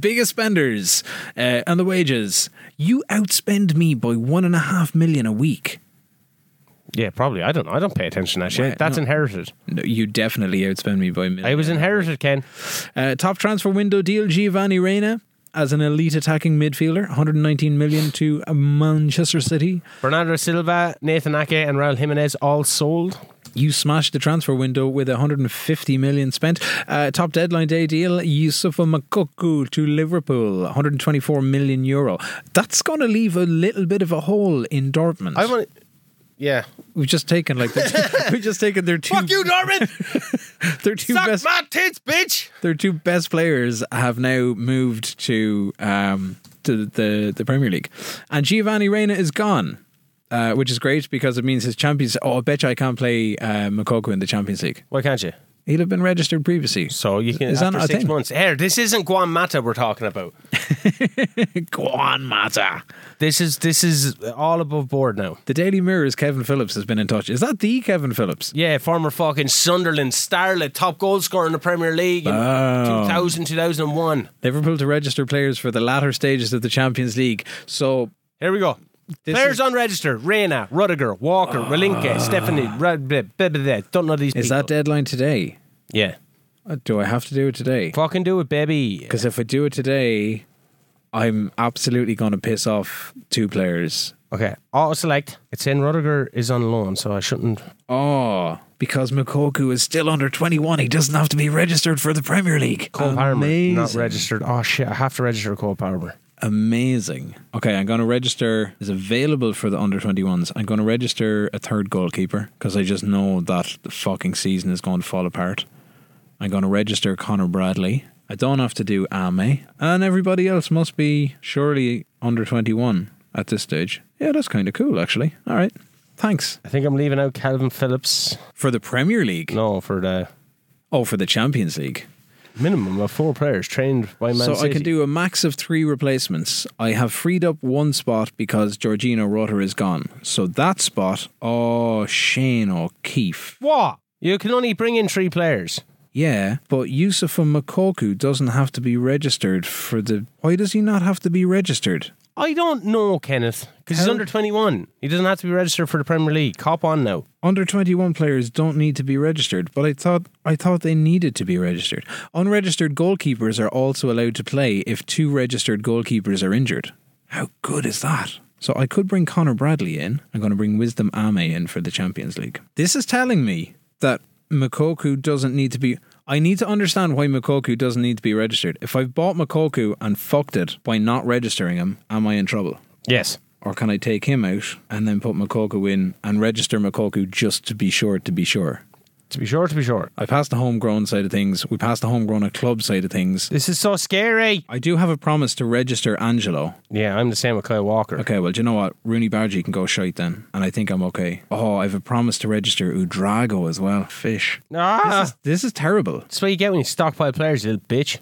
B: biggest spenders uh, and the wages. You outspend me by one and a half million a week.
C: Yeah, probably. I don't know. I don't pay attention to that shit.
B: Right,
C: That's
B: no.
C: inherited.
B: No, you definitely outspend me by a million.
C: I was inherited, Ken.
B: Uh, top transfer window deal Giovanni Reina as an elite attacking midfielder, 119 million to uh, Manchester City.
C: Bernardo Silva, Nathan Ake, and Raul Jimenez all sold.
B: You smashed the transfer window with 150 million spent. Uh, top deadline day deal: Yusufa Makuku to Liverpool, 124 million euro. That's going to leave a little bit of a hole in Dortmund.
C: I want. Yeah.
B: we've just taken like the, we've just taken their two
C: Norman!
B: their two best
C: my tits, bitch!
B: their two best players have now moved to um to the the Premier League, and Giovanni Reina is gone. Uh, which is great because it means his champions. Oh, I bet you I can't play uh, Makoko in the Champions League.
C: Why can't you?
B: He'll have been registered previously.
C: So you can.
B: Is that
C: after
B: not a
C: six
B: thing?
C: months. Here, this isn't Guam Mata we're talking about.
B: Go on, Mata.
C: This is this is all above board now.
B: The Daily Mirror's Kevin Phillips has been in touch. Is that the Kevin Phillips?
C: Yeah, former fucking Sunderland starlet, top goal scorer in the Premier League in
B: Oh.
C: 2000, 2001.
B: Liverpool to register players for the latter stages of the Champions League. So
C: Here we go.
B: This
C: Players
B: is- Ah.
C: on register: Reina, Rudiger, Walker, Relinke, Stephanie. Rad- blah, blah, blah, blah. Don't know these.
B: is
C: people.
B: that deadline today?
C: Yeah.
B: Uh, Do I have to do it today?
C: Fucking do it, baby.
B: Because if I do it today, I'm absolutely going to piss off two players.
C: Okay. Auto select. It's in Rudiger is on loan, so I shouldn't.
B: Oh, because Makoku is still under 21. He doesn't have to be registered for the Premier League.
C: Cole Palmer not
B: Amazing.
C: registered. Oh shit! I have to register Cole Palmer.
B: Amazing. Okay, I'm going to register is available for the under 21s. I'm going to register a third goalkeeper because I just know that the fucking season is going to fall apart. I'm going to register Connor Bradley. I don't have to do AME, and everybody else must be surely under 21 at this stage. Yeah, that's kind of cool, actually. All right. Thanks.
C: I think I'm leaving out Calvin Phillips.
B: For the Premier League.
C: No, for the
B: Oh, for the Champions League.
C: minimum of four players trained by Man
B: so
C: City.
B: I can do a max of three replacements. I have freed up one spot because Georgino Rutter is gone. So that spot, oh, Shane O'Keefe.
C: what? You can only bring in three players.
B: Yeah, but Yusufa Makoku doesn't have to be registered for the. Why does he not have to be registered?
C: I don't know, Kenneth, because he's
B: How-
C: under 21. He doesn't have to be registered for the Premier League. Cop on now.
B: Under 21 players don't need to be registered, but I thought I thought they needed to be registered. Unregistered goalkeepers are also allowed to play if two registered goalkeepers are injured. How good is that? So I could bring Connor Bradley in. I'm going to bring Wisdom Ame in for the Champions League. This is telling me that Makoku doesn't need to be I need to understand why Makoku doesn't need to be registered. If I've bought Makoku and fucked it by not registering him, am I in trouble?
C: Yes.
B: or can I take him out and then put Makoku in and register Makoku just to be sure to be sure?
C: To be sure, to be sure.
B: I passed the homegrown side of things. We passed the homegrown at club side of things.
C: This is so scary.
B: I do have a promise to register Angelo.
C: Yeah, I'm the same with Kyle Walker.
B: Okay, well, do you know what? Rooney Bargy can go shite then, and I think I'm okay. Oh, I have a promise to register Udrago as well. Fish.
C: Ah,
B: This is terrible.
C: that's what you get when you stockpile players, you little bitch.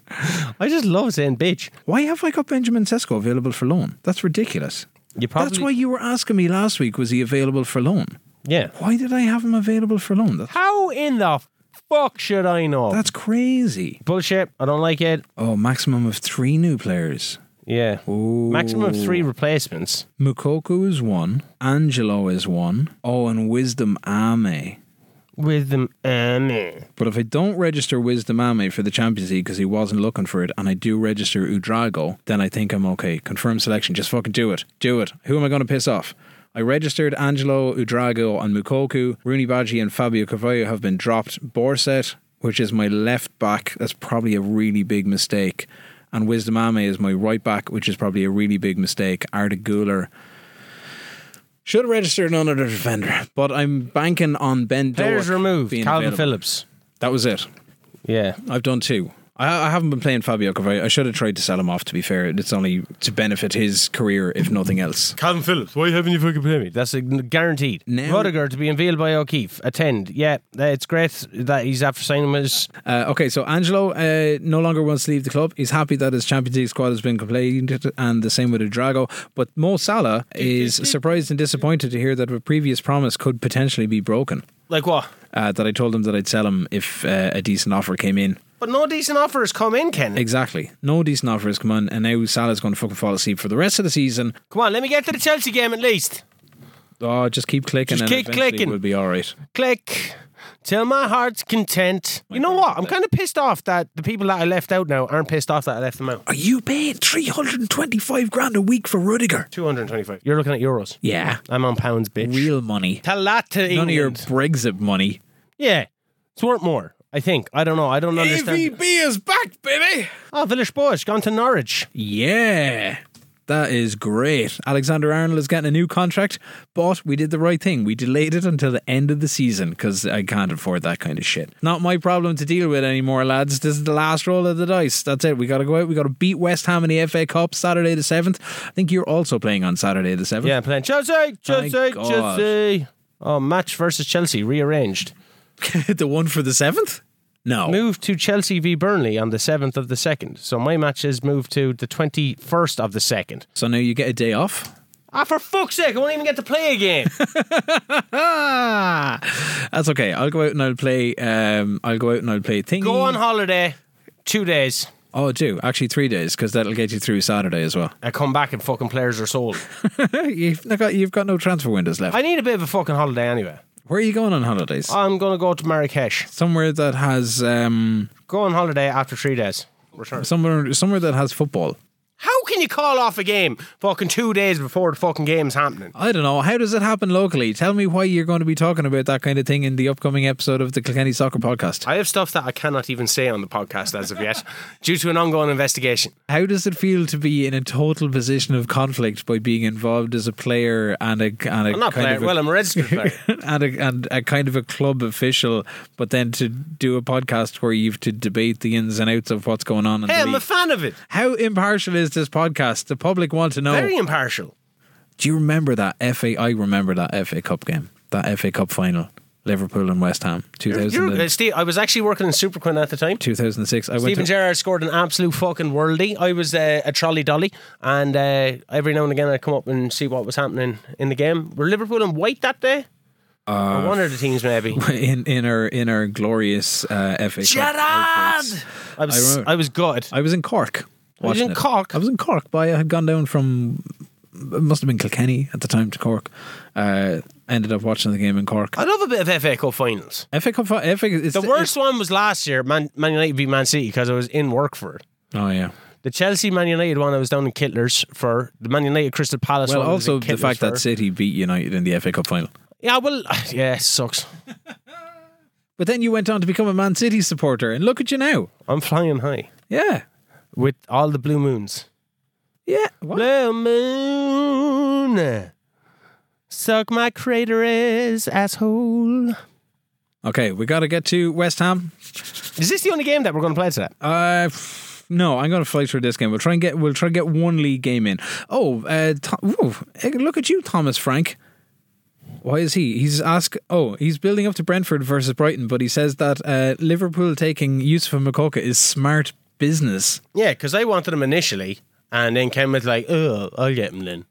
C: I just love saying bitch.
B: Why have I got Benjamin Sesko available for loan? That's ridiculous.
C: You probably
B: That's why you were asking me last week was he available for loan?
C: Yeah.
B: Why did I have him available for loan? That's,
C: How in the fuck should I know?
B: that's crazy.
C: bullshit. I don't like it.
B: Oh, maximum of three new players.
C: Yeah. Maximum of three replacements.
B: Mukoku is one. Angelo is one. Oh, and Wisdom Ame.
C: With them, um,
B: But if I don't register Wisdom Ame for the Champions League because he wasn't looking for it, and I do register Udrago, then I think I'm okay. Confirm selection. Just fucking do it. Do it. Who am I going to piss off? I registered Angelo, Udrago, and Mukoku. Rooney Baggi and Fabio Carvalho have been dropped. Borset, which is my left back, that's probably a really big mistake. And Wisdom Ame is my right back, which is probably a really big mistake. Arda Guler. Should have registered another defender, but I'm banking on Ben
C: players
B: Doak
C: removed.
B: being
C: Calvin
B: available.
C: Phillips.
B: That was it.
C: Yeah.
B: I've done two. I, I haven't been playing Fabio Carvalho. I should have tried to sell him off. To be fair, it's only to benefit his career, if nothing else.
C: Calvin Phillips, why haven't you fucking played me? That's a guaranteed.
B: Now-
C: Rudiger to be unveiled by O'Keefe. Attend. Yeah, it's great that he's after signing him as
B: Uh, okay, so Angelo uh, no longer wants to leave the club. He's happy that his Champions League squad has been completed, and the same with Drago. But Mo Salah is surprised and disappointed to hear that a previous promise could potentially be broken.
C: like what?
B: Uh, that I told him that I'd sell him if uh, a decent offer came in.
C: But no decent offers come in, Ken.
B: Exactly. No decent offers come on, and now Salah's going to fucking fall asleep for the rest of the season.
C: Come on, let me get to the Chelsea game at least.
B: Oh, just keep clicking
C: Just
B: and
C: keep
B: eventually
C: clicking.
B: we'll be all right.
C: Click. Till my heart's content. you know what? I'm kind of pissed off that the people that I left out now aren't pissed off that I left them out.
B: Are you paid 325 grand a week for Rudiger?
C: 225. You're looking at euros.
B: Yeah.
C: I'm on pounds, bitch.
B: Real money.
C: Tell that to
B: None of your
C: England.
B: Brexit money.
C: Yeah. It's worth more, I think. I don't know. I don't understand.
B: is back, baby.
C: Oh, Village Boys gone to Norwich.
B: Yeah. That is great. Alexander Arnold is getting a new contract, but we did the right thing. We delayed it until the end of the season because I can't afford that kind of shit. Not my problem to deal with anymore, lads. This is the last roll of the dice. That's it. We got to go out. We got to beat West Ham in the FA Cup Saturday the 7th. I think you're also playing on Saturday the 7th.
C: Yeah, playing Chelsea, Chelsea,
B: God.
C: Chelsea. Oh, match versus Chelsea rearranged.
B: the one for the 7th? No.
C: Moved to Chelsea v Burnley on the 7th of the 2nd. So my match is moved to the 21st of the 2nd.
B: So now you get a day off?
C: Ah, for fuck's sake, I won't even get to play again.
B: Ah, that's okay. I'll go out and I'll play. Um, I'll go out and I'll play thingy.
C: Go on holiday, two days.
B: Oh, do actually three days because that'll get you through Saturday as well.
C: I come back and fucking players are sold.
B: you've not got you've got no transfer windows left.
C: I need a bit of a fucking holiday anyway.
B: Where are you going on holidays?
C: I'm going to go to Marrakesh.
B: somewhere that has um,
C: Go on holiday after three days. Return.
B: somewhere somewhere that has football.
C: How can you call off a game fucking two days before the fucking game's happening?
B: I don't know. How does it happen locally? Tell me why you're going to be talking about that kind of thing in the upcoming episode of the Kilkenny Soccer Podcast.
C: I have stuff that I cannot even say on the podcast as of yet, due to an ongoing investigation.
B: How does it feel to be in a total position of conflict by being involved as a player and a and a
C: I'm not
B: kind
C: player.
B: of a,
C: Well, I'm a registered player.
B: and a, and a kind of a club official, but then to do a podcast where you've to debate the ins and outs of what's going on in
C: Hey,
B: the
C: I'm
B: league.
C: a fan of it.
B: How impartial is this podcast? The public want to know.
C: Very impartial.
B: Do you remember that FA? I remember that FA Cup game, that FA Cup final, Liverpool and West Ham, 2000
C: You're,
B: and-
C: uh, Steve, I was actually working in Superquin at the time.
B: 2006. I went
C: Stephen
B: to,
C: Gerrard scored an absolute fucking worldie. I was uh, a trolley dolly, and uh, every now and again I'd come up and see what was happening in the game. Were Liverpool in white that day?
B: Uh,
C: or one of the teams, maybe.
B: in in our in our glorious uh, FA
C: Gerrard!
B: Cup. outfits.
C: I was,
B: remember.
C: I, was good.
B: I was in Cork.
C: Oh, was
B: watching
C: in
B: it.
C: Cork?
B: I was in Cork. By I had gone down from, it must have been Kilkenny at the time to Cork. Uh, ended up watching the game in Cork.
C: I love a bit of FA Cup finals.
B: FA Cup. fi- FA. It's,
C: The worst one was last year. Man, Man United beat Man City because I was in work for it.
B: it- oh yeah.
C: The Chelsea Man United one I was down in Kittler's for. The Man United Crystal Palace
B: Well,
C: one. I was in
B: also the
C: Kittler's
B: fact
C: for.
B: that City beat United in the FA Cup final.
C: Yeah, well, yeah, it sucks.
B: But then you went on to become a Man City supporter, and look at you now.
C: I'm flying high
B: Yeah.
C: with all the blue moons.
B: Yeah. What?
C: Blue moon. Suck my crater's asshole.
B: Okay, we got to get to West Ham.
C: Is this the only game that we're going to play today?
B: Uh, f- no, I'm going to fly through this game. We'll try and get we'll try and get one league game in. Oh, uh, Tho- ooh, eh, look at you, Thomas Frank. Why is he? He's ask. Oh, he's building up to Brentford versus Brighton, but he says that uh, Liverpool taking Yusuf Makoka is smart business.
C: Yeah, because I wanted him initially and then came with like, oh, I'll get him then.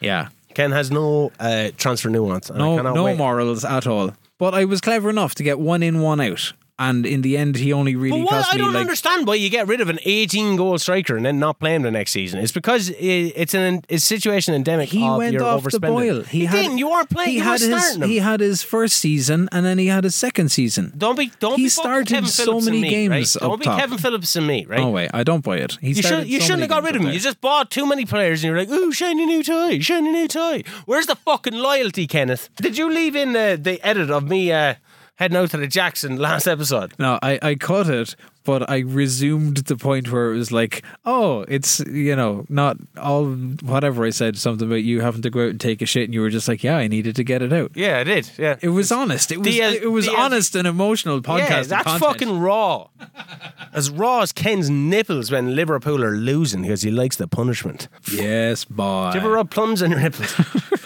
B: Yeah,
C: Ken has no uh, transfer nuance. and I
B: no,
C: cannot
B: no
C: wait.
B: morals at all. But I was clever enough to get one in, one out, and in the end, he only really
C: But why,
B: cost
C: I
B: me
C: don't
B: like
C: understand why you get rid of an 18 goal striker and then not play him the next season. It's because i- it's an it's situation endemic.
B: he
C: of
B: went
C: your
B: off the
C: overspending.
B: boil.
C: He, didn't. You are playing.
B: He
C: you
B: had
C: were
B: his.
C: starting him.
B: He had his first season, and then he had his second season.
C: don't be. Don't
B: he
C: be fucking
B: started
C: Kevin
B: so
C: Phillips and
B: many
C: me,
B: games
C: Right? Don't
B: up
C: be
B: top.
C: Kevin Phillips and me. Right.
B: No way, I don't buy it. He
C: You,
B: started
C: should, you
B: so many
C: shouldn't have got
B: games
C: rid
B: up
C: of him.
B: there.
C: You just bought too many players, and you're like, "Ooh, shiny new toy, shiny new toy." Where's the fucking loyalty, Kenneth? Did you leave in the, the edit of me uh, heading out to the Jackson last episode?
B: no, I, I cut it, but I resumed the point where it was like, oh, it's you know not all whatever I said something about you having to go out and take a shit, and you were just like, yeah, I needed to get it out.
C: Yeah, I did. Yeah,
B: It was honest. It was
C: The, uh,
B: it was
C: the, uh,
B: honest and emotional podcast.
C: Yeah,
B: and
C: that's
B: content.
C: fucking raw. As raw as Ken's nipples when Liverpool are losing because he likes the punishment.
B: yes, boy.
C: Do you ever rub plums on your nipples?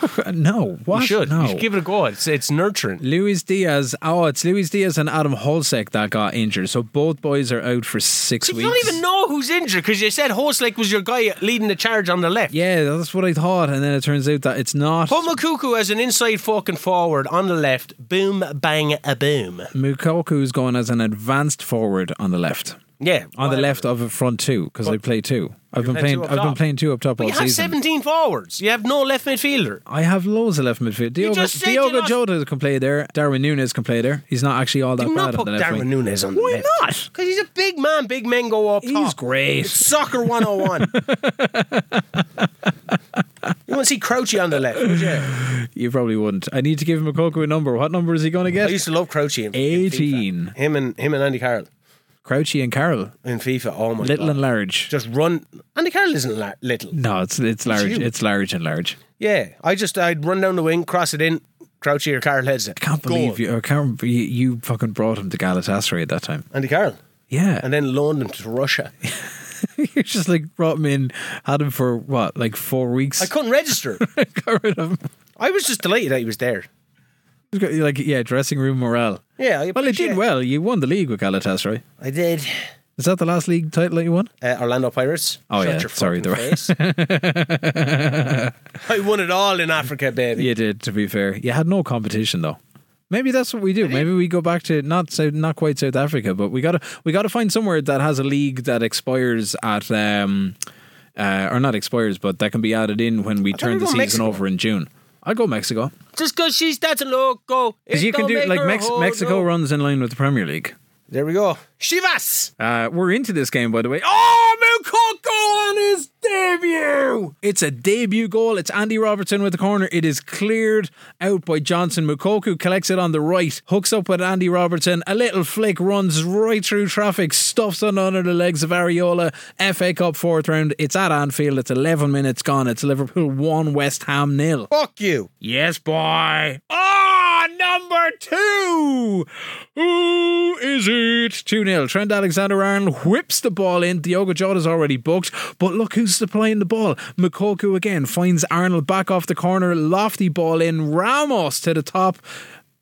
C: You
B: no, what?
C: should.
B: No.
C: You should give it a go. It's, it's nurturing.
B: Luis Diaz. Oh, it's Luis Diaz and Adam Holsek that got injured. So both boys are out for six
C: So
B: weeks.
C: you don't even know who's injured because you said Hoslake was your guy leading the charge on the left.
B: Yeah, that's what I thought, and then it turns out that it's not.
C: Put Makuku as an inside fucking forward on the left. Boom, bang, a boom.
B: Mukoku's going as an advanced forward on the left.
C: Yeah.
B: On the
C: whatever.
B: left of a front two because I play two. I've been
C: playing
B: playing.
C: two up
B: I've been
C: top.
B: playing two up top
C: But
B: all
C: you have
B: season.
C: 17 forwards. You have no left midfielder.
B: I have loads of left midfield. Diogo,
C: just said you're
B: Diogo
C: not-
B: Jota can play there. Darwin Nunes can play there. He's not actually all that
C: Do not
B: bad
C: put
B: on the left
C: Darwin
B: wing.
C: Nunes on the
B: Why
C: left.
B: not?
C: Because he's a big man. Big men go up top.
B: He's great.
C: It's soccer 101. you want to see Croce on the left? would you?
B: You probably wouldn't. I need to give Mukoku a number. What number is he going to
C: I
B: get?
C: used to love Croce. In, in
B: 18.
C: FIFA. Him and him and Andy Carroll
B: Crouchy and Carroll,
C: in FIFA. Oh my
B: little
C: god.
B: and large.
C: Just run. Andy Carroll isn't la- little.
B: No, it's it's large.
C: huge.
B: It's large and large.
C: Yeah, I just I'd run down the wing, cross it in, Crouchy or Carroll heads it.
B: I can't
C: Goal.
B: believe you. I can't. You, you fucking brought him to Galatasaray at that time.
C: Andy Carroll.
B: Yeah,
C: And then loaned him to Russia.
B: you just like brought him in, had him for what, like four weeks.
C: I couldn't register.
B: Got rid of him.
C: I was just delighted that he was there.
B: Like yeah, dressing room morale.
C: Yeah, I
B: Well, it
C: appreciate-
B: did well. You won the league with Galatasaray.
C: I did.
B: Is that the last league title that you won?
C: Uh, Orlando Pirates.
B: Oh,
C: Shut
B: yeah,
C: your
B: sorry,
C: fucking
B: the-
C: face. I won it all in Africa, baby.
B: You did. To be fair, you had no competition though. Maybe that's what we do. Maybe we go back to not so not quite South Africa, but we gotta we gotta find somewhere that has a league that expires at um uh, or not expires, but that can be added in when we turn
C: we'd
B: the
C: go
B: season
C: Mexico.
B: over in June. I'll go Mexico.
C: Just because she's dancing loco.
B: Because you can do like Mex- Mexico runs in line with the Premier League.
C: There we go. Shivas!
B: Uh, we're into this game, by the way. Oh, Mukoko on his debut! It's a debut goal. It's Andy Robertson with the corner. It is cleared out by Johnson. Mukoku collects it on the right, hooks up with Andy Robertson. A little flick runs right through traffic, stuffs it under the legs of Ariola. FA Cup fourth round. It's at Anfield. It's 11 minutes gone. It's Liverpool 1, West Ham nil.
C: Fuck you.
B: Yes, boy. Ah, number two. Who is it? 2 0. Trent Alexander Arnold whips the ball in. Diogo Jota's already booked, but look who's supplying the ball. Makoku again finds Arnold back off the corner. Lofty ball in. Ramos to the top.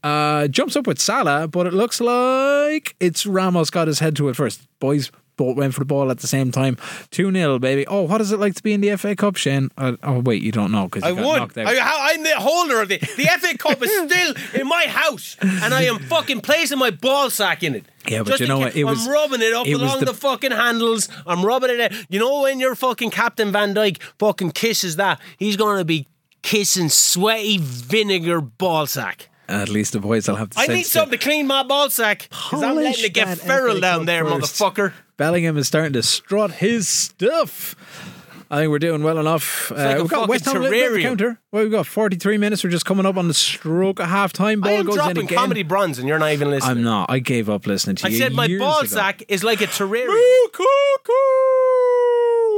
B: Uh, jumps up with Salah, but it looks like it's Ramos got his head to it first. Boys both went for the ball at the same time. 2 0, baby. Oh, what is it like to be in the FA Cup, Shane? Uh, oh, wait, you don't know because you
C: I
B: got knocked
C: would.
B: out.
C: I, how- I'm the holder of the the FA Cup is still in my house, and I am fucking placing my ball sack in it.
B: Yeah, but
C: Just
B: you know
C: in
B: what?
C: ca-
B: It was-
C: I'm rubbing it up
B: it was
C: along
B: the-
C: the, fucking handles. I'm rubbing it. Out. You know when your fucking Captain Van Dyke fucking kisses that, he's gonna be kissing sweaty vinegar ball sack.
B: At least the boys will have to
C: I need something to clean my ball sack. 'cause I'm
B: Polish
C: letting it get
B: that
C: feral
B: FA
C: down
B: Cup
C: there,
B: first.
C: motherfucker.
B: Bellingham is starting to strut his stuff. I think we're doing well enough.
C: like
B: uh,
C: a
B: we've got
C: fucking
B: West Ham Little bit of a
C: terrarium.
B: counter. Well, we've got 43 minutes. We're just coming up on the stroke of half time. Ball
C: I am
B: goes in
C: dropping
B: again.
C: comedy bronze, and you're not even listening.
B: I'm not. I gave up listening to
C: I
B: you.
C: said my
B: years
C: ball
B: ago.
C: sack is like a terrarium.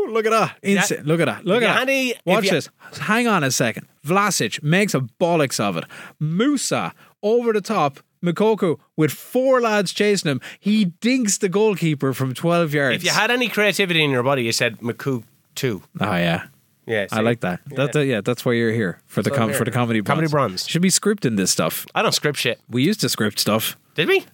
B: Mukoko! Look at that. Insa- Look at that. Look
C: If you
B: at that.
C: had any- if
B: Watch
C: you-
B: this. Hang on a second. Vlasic makes a bollocks of it. Musa over the top. Mukoko with four lads chasing him. He dinks the goalkeeper from 12 yards.
C: If you had any creativity in your body, you said Maku too.
B: Oh yeah.
C: Yeah, see?
B: I like that. That, that- yeah, that's why you're here for the com-
C: I'm
B: for the
C: here.
B: comedy bronze.
C: Comedy bronze.
B: should be scripting this stuff.
C: I don't script shit.
B: We used to script stuff.
C: Did we?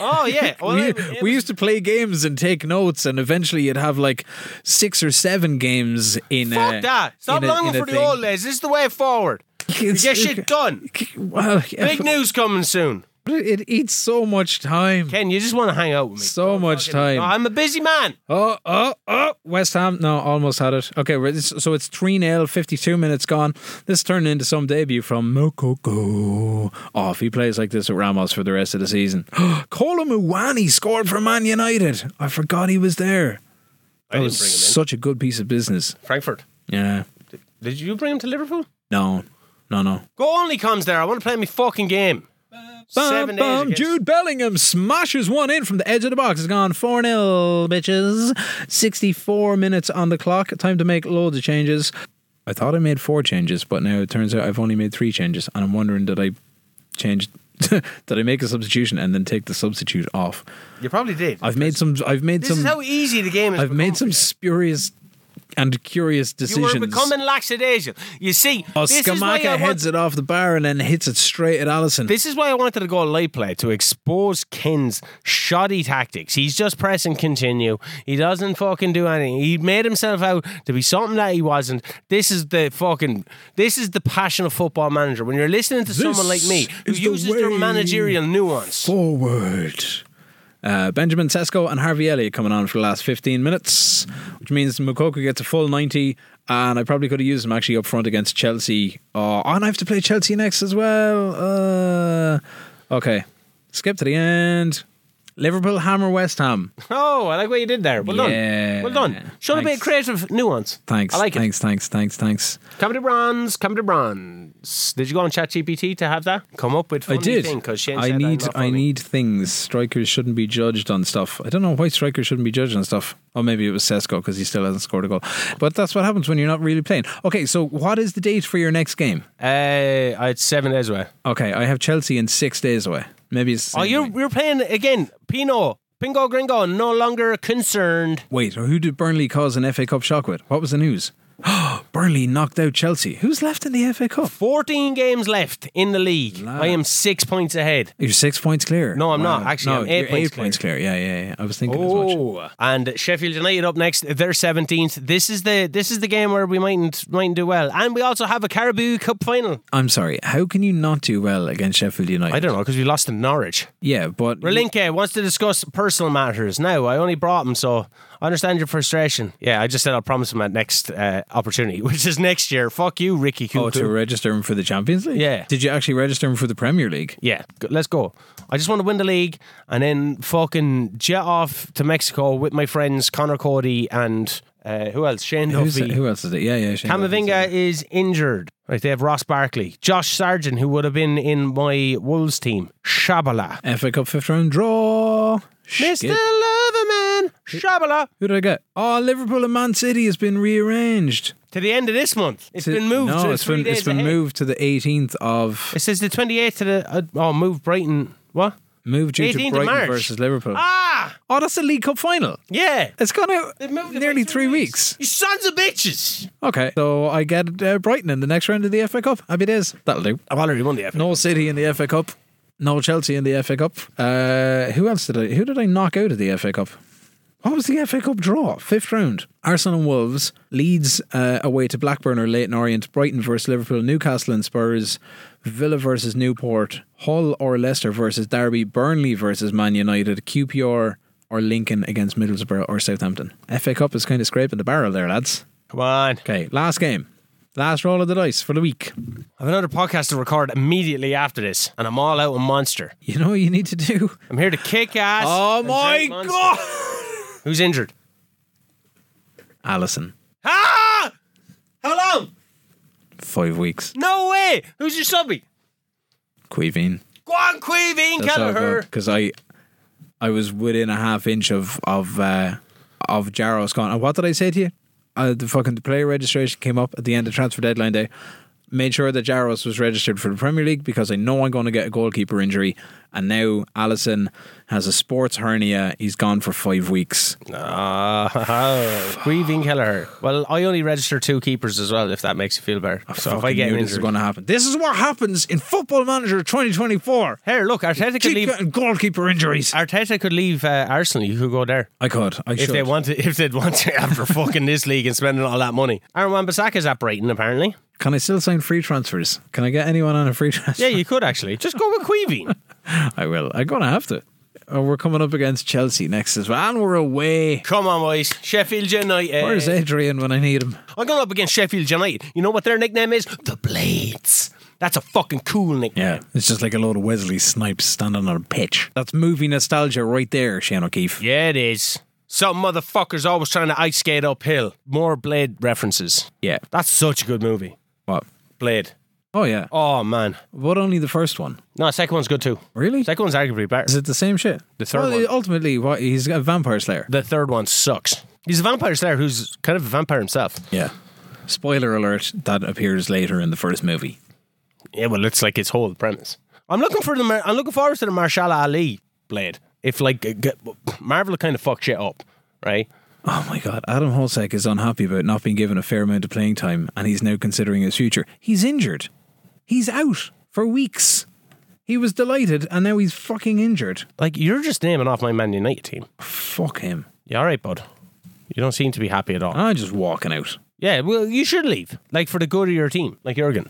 C: Oh yeah. Well,
B: we,
C: it- it
B: we
C: was-
B: used to play games and take notes, and eventually you'd have like six or seven games in.
C: fuck
B: a,
C: that. Stop
B: in a-
C: longing
B: in a
C: for the
B: thing.
C: old days. This is the way forward. You
B: It's-
C: get shit done.
B: Well, yeah,
C: Big news coming soon.
B: but it eats so much time.
C: Ken, you just want to hang out with me.
B: So much time.
C: No, I'm a busy man.
B: Oh, oh, oh. West Ham. No, almost had it. Okay, we're- it's- so it's 3 0, 52 minutes gone. This turned into some debut from Mokoko. Oh, if he plays like this with Ramos for the rest of the season. Kola Muwani scored for Man United. I forgot he was there.
C: I
B: That
C: didn't
B: was
C: bring him in.
B: such a good piece of business.
C: Frankfurt.
B: Yeah.
C: Did you bring him to Liverpool?
B: No, no, no.
C: Go only comes there. I want to play my fucking game.
B: Bum,
C: Seven days
B: bum.
C: against-
B: Jude Bellingham smashes one in from the edge of the box. It's gone 4 0, bitches. 64 minutes on the clock. Time to make loads of changes. I thought I made four changes, but now it turns out I've only made three changes. And I'm wondering did I change. did I make a substitution and then take the substitute off?
C: You probably did.
B: I've made some. I've made
C: this
B: some.
C: is how easy the game is.
B: I've made some spurious and curious
C: You
B: decisions.
C: were becoming lackadaisical. You see,
B: Oh,
C: this is why I
B: Skamaka
C: want
B: heads it off the bar and then hits it straight at Allison.
C: This is why I wanted to go light play to expose Ken's shoddy tactics. He's just pressing continue. He doesn't fucking do anything. He made himself out to be something that he wasn't. This is the fucking this is the passion of football manager. When you're listening to someone like me who
B: is the
C: uses their
B: way
C: managerial nuance.
B: forward. Uh, Benjamin Sesko and Harvey Elliott coming on for the last 15 minutes, which means Mukoko gets a full 90. And I probably could have used him actually up front against Chelsea. Oh, and I have to play Chelsea next as well. Uh, okay, skip to the end. Liverpool hammer West Ham.
C: Oh, I like what you did there. Well
B: Yeah.
C: done. Well done. Showed a bit of
B: Thanks.
C: creative nuance.
B: Thanks.
C: I like
B: thanks, thanks, thanks, thanks.
C: it. Come to bronze. Come to bronze. Did you go on ChatGPT to have that? Come up with
B: I
C: funny
B: did.
C: thing 'cause Shane
B: I
C: said I'm
B: need
C: not
B: I
C: funny.
B: need things. Strikers shouldn't be judged on stuff. I don't know why strikers shouldn't be judged on stuff. Or maybe it was Sesko because he still hasn't scored a goal. But that's what happens when you're not really playing. Okay, so what is the date for your next game?
C: Uh, I had seven days away.
B: Okay, I have Chelsea in six days away. Maybe it's. the
C: Oh,
B: same
C: you're
B: week.
C: you're playing again, Pino, Pingo Gringo, no longer concerned.
B: Wait, who did Burnley cause an FA Cup shock with? What was the news? Burnley knocked out Chelsea. Who's left in the FA Cup?
C: Fourteen games left in the league. I am six points ahead.
B: You're six points clear.
C: No, I'm not. Actually,
B: no,
C: I'm eight
B: you're
C: points
B: eight points clear. Yeah, yeah, yeah. I was thinking as much.
C: Oh, and Sheffield United up next. They're seventeenth. This is the this is the game where we mightn't mightn't do well, and we also have a Caribou Cup final.
B: I'm sorry. How can you not do well against Sheffield United?
C: I don't know because we lost to Norwich.
B: Yeah, but
C: Relinke wants to discuss personal matters. Now I only brought him, so I understand your frustration. Yeah, I just said I'll promise him at next uh, opportunity, which is next year. Fuck you, Ricky Cuckoo.
B: Oh, to register him for the Champions League?
C: Yeah.
B: Did you actually register him for the Premier League?
C: Yeah, g- let's go. I just want to win the league and then fucking jet off to Mexico with my friends Connor Cody and uh, who else? Shane
B: Who's,
C: Duffy.
B: who else is it? Yeah, yeah. Shane
C: Camavinga
B: Duffy's
C: is injured. Right, they have Ross Barkley, Josh Sargent, who would have been in my Wolves team. Shabala,
B: in it. FA Cup fifth round draw.
C: Mister
B: Eh, Shit.
C: Loverman, Shabala.
B: Who did I get? Oh, Liverpool and Man City has been rearranged.
C: To the end of this month, It's
B: To-
C: been moved.
B: No,
C: to
B: it's
C: three
B: been
C: days
B: it's been
C: ahead.
B: moved to the 18th of
C: It says the twenty eighth to the uh, oh, move Brighton. What?
B: move due
C: 18th
B: to
C: of
B: Brighton
C: March.
B: versus Liverpool.
C: Ah,
B: Oh, that's the League Cup final.
C: yeah.
B: It's gone out
C: They've moved it by
B: Eh, nearly
C: three
B: three weeks.
C: You sons of bitches.
B: Okay, so I get uh, Brighton in the next round of the FA Cup. Happy days. That'll do.
C: I've already won the FA.
B: No City in the FA Cup. No Chelsea in the FA Cup. Uh, who else did I? Who did I knock out of the FA Cup? What was the FA Cup draw? Fifth round. Arsenal and Wolves. Leeds uh, away to Blackburn or Leighton Orient. Brighton versus Liverpool. Newcastle and Spurs. Villa versus Newport. Hull or Leicester versus Derby. Burnley versus Man United. QPR or Lincoln against Middlesbrough or Southampton. FA Cup is kind of scraping the barrel there, lads.
C: Come on.
B: Okay, last game. Last roll of the dice for the week.
C: I have another podcast to record immediately after this, and I'm all out on Monster.
B: You know what you need to do?
C: I'm here to kick ass.
B: Oh
C: and drink Monster. Who's injured?
B: Allison,
C: Ah! How long?
B: five weeks.
C: No way! Who's your subby?
B: Quivine.
C: Guan Quiveen Kelleher.
B: Because I, I was within a half inch of of uh, of Jaros gone. And what did I say to you? Uh, the fucking the player registration came up at the end of transfer deadline day. Made sure that Jaros was registered for the Premier League because I know I'm going to get a goalkeeper injury. And now Allison has a sports hernia. He's gone for five weeks.
C: Ah, Quiveen Kelleher. Well, I only register two keepers as well, if that makes you feel better. so if I
B: Fucking knew
C: get injured,
B: this is going to happen. This is what happens in Football Manager 2024.
C: here look, Arteta could
B: Keep
C: leave.
B: getting goalkeeper injuries.
C: Arteta could leave uh, Arsenal. You could go there.
B: I could. I
C: If
B: should.
C: they want to, if they'd want to, after fucking this league and spending all that money, Aaron Wan-Bissaka's at Brighton apparently.
B: Can I still sign free transfers? Can I get anyone on a free transfer?
C: Yeah, you could actually just go with Queeveen.
B: I will. I'm gonna have to. Oh, we're coming up against Chelsea next as well, and we're away.
C: Come on, boys, Sheffield United.
B: Where's Adrian when I need him?
C: I'm going up against Sheffield United. You know what their nickname is? The Blades. That's a fucking cool nickname.
B: Yeah, it's just like a load of Wesley Snipes standing on a pitch. That's movie nostalgia right there, Shane O'Keefe.
C: Yeah, it is. Some motherfuckers always trying to ice skate uphill. More Blade references.
B: Yeah.
C: That's such a good movie.
B: What?
C: Blade.
B: Oh yeah,
C: Oh man.
B: but only the first one.
C: No, second one's good too.
B: Really?
C: Second one's arguably better.
B: Is it the same shit?
C: The third
B: well,
C: one.
B: Ultimately, what he's a vampire slayer.
C: The third one sucks. He's a vampire slayer who's kind of a vampire himself.
B: Yeah. Spoiler alert, that appears later in the first movie.
C: Yeah, well, it's like its whole premise. I'm looking for the. Mar- I'm looking forward to the Marshall Ali blade. If like uh, get- Marvel kind of fucked shit up, right?
B: Oh my god, Adam Holsek is unhappy about not being given a fair amount of playing time and he's now considering his future. He's injured. He's out for weeks. He was delighted and now he's fucking injured.
C: Like you're just naming off my Man United team.
B: Fuck him.
C: You all right, bud? You don't seem to be happy at all.
B: I'm just walking out.
C: Yeah, well, you should leave. Like for the good of your team, like Jurgen.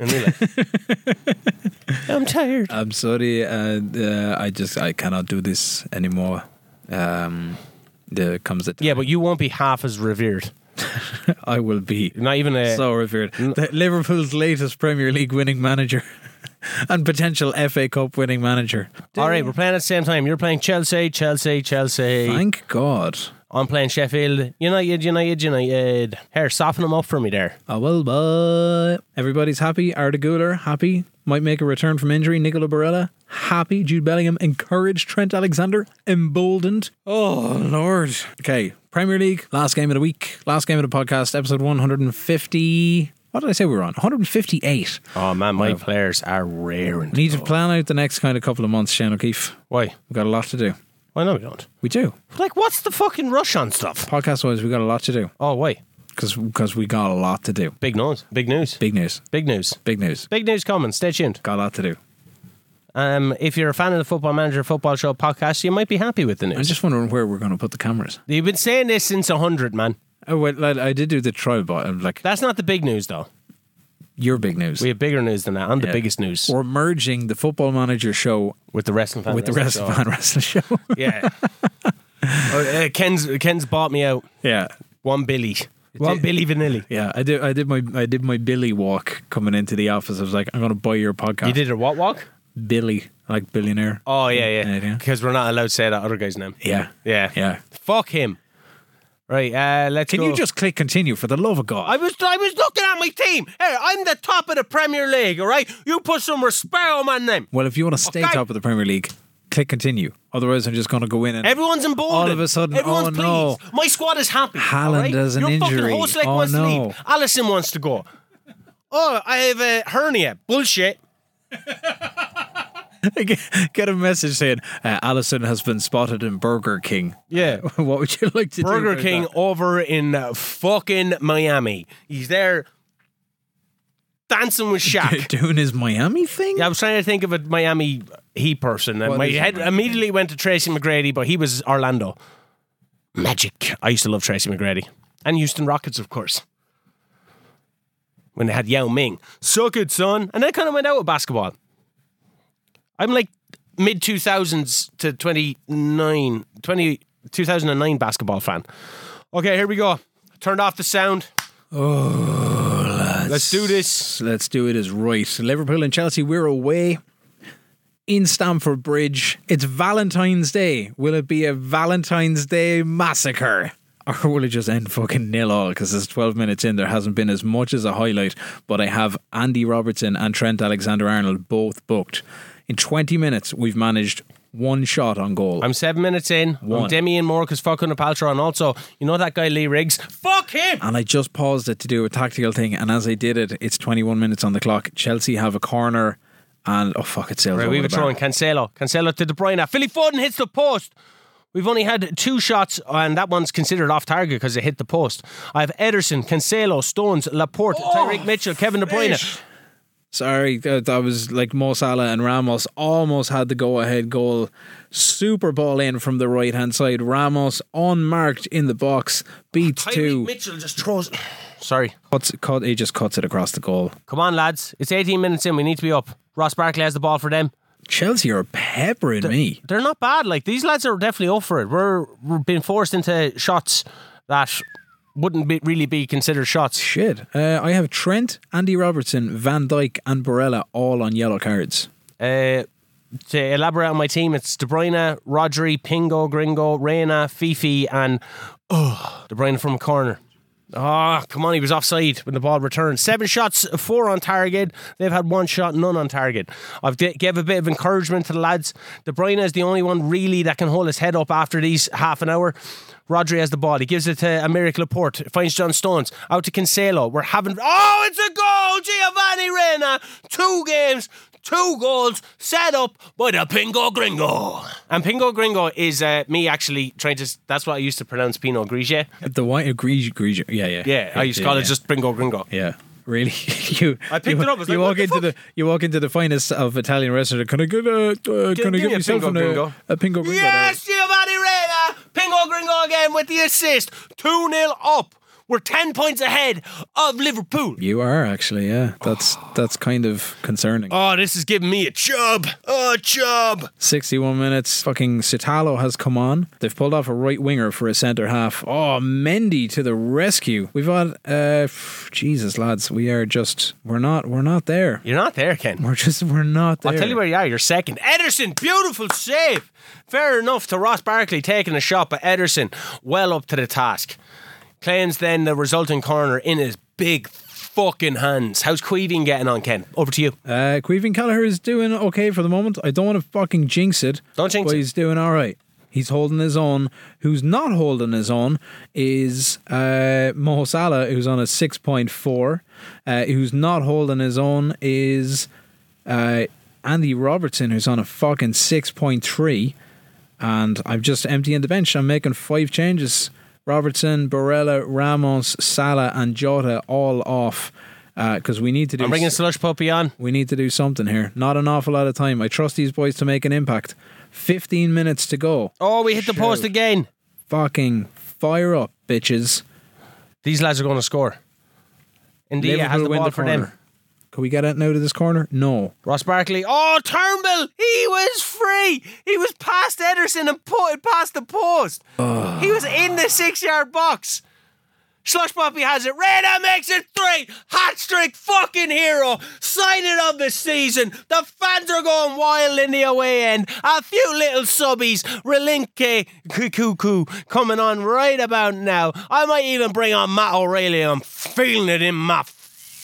C: And real life. I'm tired.
B: I'm sorry, uh, uh, I just I cannot do this anymore. Um there comes a time
C: Yeah, but you won't be half as revered.
B: I will be
C: Not even a.
B: so revered. The- Liverpool's latest Premier League winning manager and potential FA Cup winning manager.
C: all right, we're playing at the same time. You're playing Chelsea, Chelsea, Chelsea.
B: Thank God.
C: I'm playing Sheffield United, United, United. Here, soften them up for me there.
B: I will, but everybody's happy. Arda Güler happy. Might make a return from injury. Nicola Barella happy. Jude Bellingham encouraged. Trent Alexander emboldened. Oh Lord. Okay, Premier League last game of the week. Last game of the podcast, episode one hundred and fifty. What did I say we were on? One hundred and fifty-eight.
C: Oh man, my players are raring.
B: Need to plan out the next kind of couple of months, Shane O'Keefe.
C: Why?
B: We've got a lot to do.
C: Why no, we don't.
B: We do.
C: Like, what's the fucking rush on stuff?
B: Podcast wise, we've got a lot to do
C: Oh, why?
B: because we got a lot to do.
C: Big news. Big news.
B: Big news.
C: Big news.
B: Big news.
C: Big news coming. Stay tuned.
B: Got a lot to do.
C: Um, if you're a fan of the Football Manager Football Show podcast, you might be happy with the
B: I'm
C: news.
B: just wondering where we're going to put the cameras.
C: You've been saying this since 100, man.
B: Oh well, like, I did do the trial, but I'm like
C: That's not the big news, though.
B: your big news.
C: We have bigger news than that. I'm the biggest news
B: We're merging the Football Manager show
C: with the wrestling fan.
B: with the
C: wrestling
B: rest of
C: show.
B: Fan Wrestling Show.
C: Yeah. Oh, uh, Ken's Ken's bought me out
B: Yeah.
C: one Billy, one
B: it-
C: Billy Vanilli.
B: Yeah, I did. I did my I did my Billy walk coming into the office. I was like, I'm going to buy your podcast.
C: You did a what walk?
B: Billy, like billionaire.
C: Oh yeah,
B: Yeah,
C: yeah.
B: yeah.
C: Because we're not allowed to say that other guy's name.
B: Yeah,
C: Yeah.
B: yeah.
C: Fuck him. Right. Uh, let's.
B: Can
C: go.
B: you just click continue for the love of God?
C: I was I was looking at my team. Hey, I'm the top of the Premier League. All right, you put some respect on my name.
B: well, if you want to stay
C: Okay.
B: top of the Premier League, click continue. Otherwise, I'm just going to go in and
C: Everyone's in bold.
B: All of a sudden,
C: everyone's
B: oh, no.
C: pleased. My squad is happy.
B: Haaland
C: all right?
B: has an
C: Your
B: injury.
C: Fucking host leg
B: Oh,
C: wants to
B: no.
C: leave. Allison wants to go. Oh, I have a hernia. Bullshit.
B: get a message saying uh, Allison has been spotted in Burger King.
C: Yeah.
B: what would you like to do?
C: Burger
B: about
C: King
B: that?
C: over in uh, fucking Miami. He's there dancing with Shaq.
B: doing his Miami thing.
C: Yeah, I was trying to think of a Miami he person, and
B: What
C: my
B: is it?
C: head immediately went to Tracy McGrady, but he was Orlando. Magic. I used to love Tracy McGrady and Houston Rockets, of course. When they had Yao Ming, so good, son, and that kind of went out with basketball. I'm like mid 2000s to 29, 20, 2009 basketball fan. Okay, here we go. Turned off the sound. Oh, let's do this.
B: Let's do it as right. Liverpool and Chelsea, we're away in Stamford Bridge. It's Valentine's Day. Will it be a Valentine's Day massacre? Or will it just end fucking nil all? Because there's 12 minutes in, there hasn't been as much as a highlight. But I have Andy Robertson and Trent Alexander Arnold both booked. In 20 minutes, we've managed one shot on goal.
C: I'm seven minutes in. I'm
B: One.
C: Demi and more because fuck on the Paltrow. And also, you know that guy Lee Riggs? Fuck him!
B: and I just paused it to do a tactical thing. And as I did it, it's 21 minutes on the clock. Chelsea have a corner, and oh fuck, it's Silva.
C: Right, we
B: with
C: were
B: a bar.
C: throwing Cancelo. Cancelo to De Bruyne. Philly Foden hits the post. We've only had two shots, and that one's considered off target because it hit the post. I have Ederson, Cancelo, Stones, Laporte, Tyreek Mitchell, Kevin De Bruyne.
B: Sorry, uh, that, that was like Mo Salah and Ramos almost had the go ahead goal. Super ball in from the right hand side. Ramos unmarked in the box, beats
C: Tyreek
B: two.
C: Mitchell just throws. Sorry.
B: Cuts, cut, he just cuts it across the goal.
C: Come on, lads. It's 18 minutes in. We need to be up. Ross Barkley has the ball for them.
B: Chelsea are peppering me.
C: they're not bad. Like these lads are definitely up for it. We're, we're being forced into shots that wouldn't be, really be considered shots.
B: Shit. Uh, I have Trent, Andy Robertson, Van Dyke, and Barella all on yellow cards.
C: Uh, to elaborate on my team, it's De Bruyne, Rodri, Pingo, Gringo, Reina, Fifi, and oh, De Bruyne from a corner. Ah, come on, he was offside when the ball returned. Seven shots, four on target. They've had one shot, none on target. I've g- gave a bit of encouragement to the lads. De Bruyne is the only one really that can hold his head up after these half an hour. Rodri has the ball. He gives it to Americ Laporte. Finds John Stones. Out to Cancelo. We're having. Oh, it's a goal! Giovanni Reina. Two games, two goals set up by the Pingo Gringo. And Pingo Gringo is uh, me actually trying to. That's what I used to pronounce Pinot Grigio.
B: The white agrees, agrees. Yeah, yeah.
C: Yeah, I used to call it
B: yeah.
C: just Gringo Gringo.
B: Yeah. Really, you.
C: I picked
B: you,
C: it up, I was
B: you
C: like, what
B: walk
C: the
B: into
C: fuck?
B: the you walk into the finest of Italian restaurant. Can I get a? Uh,
C: Give-
B: can I
C: give
B: get
C: me a
B: myself
C: pingo
B: an, uh,
C: gringo."
B: a pingo gringo?
C: Yes, Giovanni Reina. Pingo Gringo again with the assist. 2 0 up. We're 10 points ahead of Liverpool.
B: You are actually, yeah. That's that's kind of concerning.
C: Oh, this is giving me a chub. A chub.
B: Sixty-one minutes. Fucking Sitalo has come on. They've pulled off a right winger for a centre half. Oh, Mendy to the rescue. We've had, uh, f- Jesus lads, we are just we're not we're not there.
C: You're not there, Ken.
B: We're just we're not there.
C: I'll tell you where you are. You're second. Ederson, beautiful save. Fair enough to Ross Barkley taking a shot, but Ederson well up to the task. Claims then the resulting corner in his big fucking hands. How's Queeving getting on, Ken? Over to you.
B: Uh, Queven Kelleher is doing okay for the moment. I don't want to fucking jinx it.
C: Don't jinx
B: but
C: it.
B: he's doing all right. He's holding his own. Who's not holding his own is uh, Mo Salah, who's on a 6.4. Uh, who's not holding his own is uh, Andy Robertson, who's on a fucking 6.3. And I'm just emptying the bench. I'm making five changes. Robertson, Barella, Ramos, Salah, and Jota all off because we need to do.
C: I'm bringing
B: s-
C: Slush Puppy on.
B: we need to do something here. Not an awful lot of time. I trust these boys to make an impact. 15 minutes to go.
C: Oh, we hit the post
B: Shout.
C: again.
B: Fucking fire up, bitches.
C: These lads are going to score. India has
B: Liverpool
C: the
B: win
C: ball
B: the
C: for
B: corner.
C: them.
B: Can we get out now to this corner? No.
C: Ross Barkley. Oh, Turnbull! He was free. He was past Ederson and put past the post. He was in the six-yard box. Slush Puppy has it. Reda makes it three. Hat trick, fucking hero. Signing of the season. The fans are going wild in the away end. A few little subbies. Relinke Cuckoo coming on right about now. I might even bring on Matt O'Reilly. I'm feeling it in my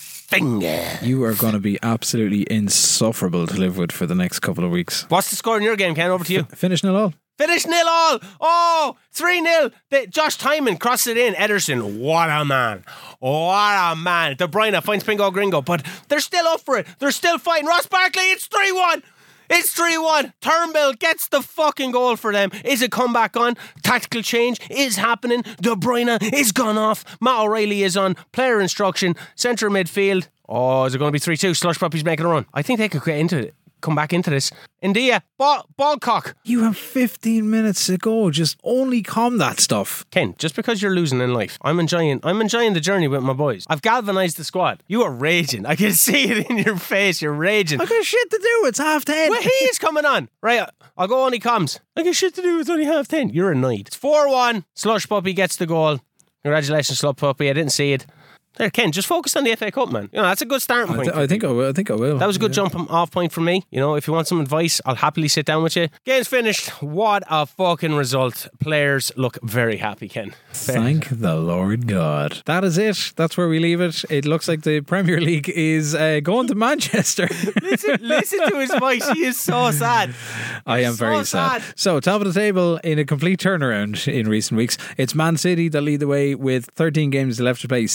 C: finger.
B: You are going to be absolutely insufferable to live with for the next couple of weeks.
C: What's the score in your game, Ken? Over to you.
B: Finish nil all.
C: Finish nil all. Oh, 3 nil. They- Josh Timon crossed it in. Ederson, what a man. What a man. De Bruyne finds Pingo Gringo, but they're still up for it. They're still fighting. Ross Barkley, it's 3 1. It's 3 1. Turnbull gets the fucking goal for them. Is a comeback on? Tactical change is happening. De Bruyne is gone off. Matt O'Reilly is on. Player instruction. Centre midfield. Oh, is it going to be 3 2? Slush Puppy's making a run. I think they could get into it. Come back into this. India, ball, ball cock.
B: You have 15 minutes to go. Just only calm that stuff.
C: Ken, just because you're losing in life, I'm enjoying I'm enjoying the journey with my boys. I've galvanized the squad. You are raging. I can see it in your face. You're raging.
B: I got shit to do. It's half 10.
C: Well, he is coming on. Right, I'll go on he comes. I got shit to do. It's only half ten. You're annoyed. It's 4-1. Slush Puppy gets the goal. Congratulations, Slush Puppy. I didn't see it. There, Ken, just focus on the FA Cup, man. You know, that's a good starting
B: I,
C: point.
B: th- I think I will. I think I will.
C: That was a good jump off point for me. You know, if you want some advice, I'll happily sit down with you. Game's finished. What a fucking result. Players look very happy, Ken.
B: Thank the Lord God. That is it. That's where we leave it. It looks like the Premier League is uh, going to Manchester.
C: listen, listen to his voice. He is so sad.
B: I am
C: So
B: very sad.
C: sad.
B: So, top of the table in a complete turnaround in recent weeks. It's Man City that lead the way with 13 games left to play,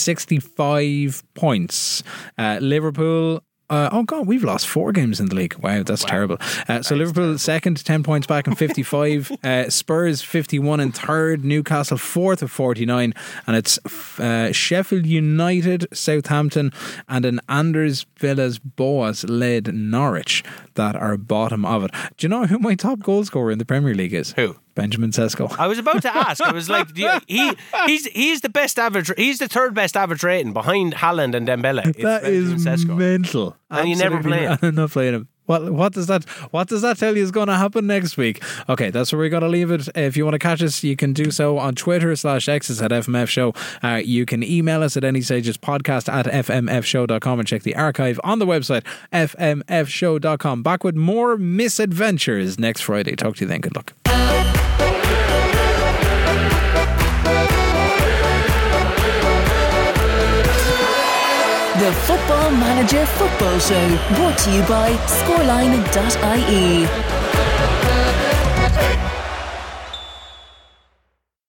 B: 65 points. Uh, Liverpool. Uh, oh God, we've lost four games in the league. Wow, that's terrible. Uh, so Liverpool second, ten points back and fifty-five. uh, Spurs fifty-one and third. Newcastle fourth of forty-nine, and it's uh, Sheffield United, Southampton, and an Anders Villas Boas led Norwich that are bottom of it. Do you know who my top goal scorer in the Premier League is?
C: Who?
B: Benjamin Sesko.
C: I was about to ask. I was like, do you- he he's he's the best average. He's the third best average rating behind Haaland and Dembele. It's
B: that is
C: Benjamin Sesko.
B: mental.
C: And you never
B: Absolutely
C: play
B: not- I'm not playing him. What, what does that what does that tell you is going to happen next week? Okay, that's where we're going to leave it. If you want to catch us, you can do so on Twitter slash X's at FMF Show. Uh, you can email us at any stages podcast at FMFshow.com and check the archive on the website, FMFshow.com. Back with more misadventures next Friday. Talk to you then. Good luck.
A: The Football Manager Football Show, brought to you by scoreline.ie.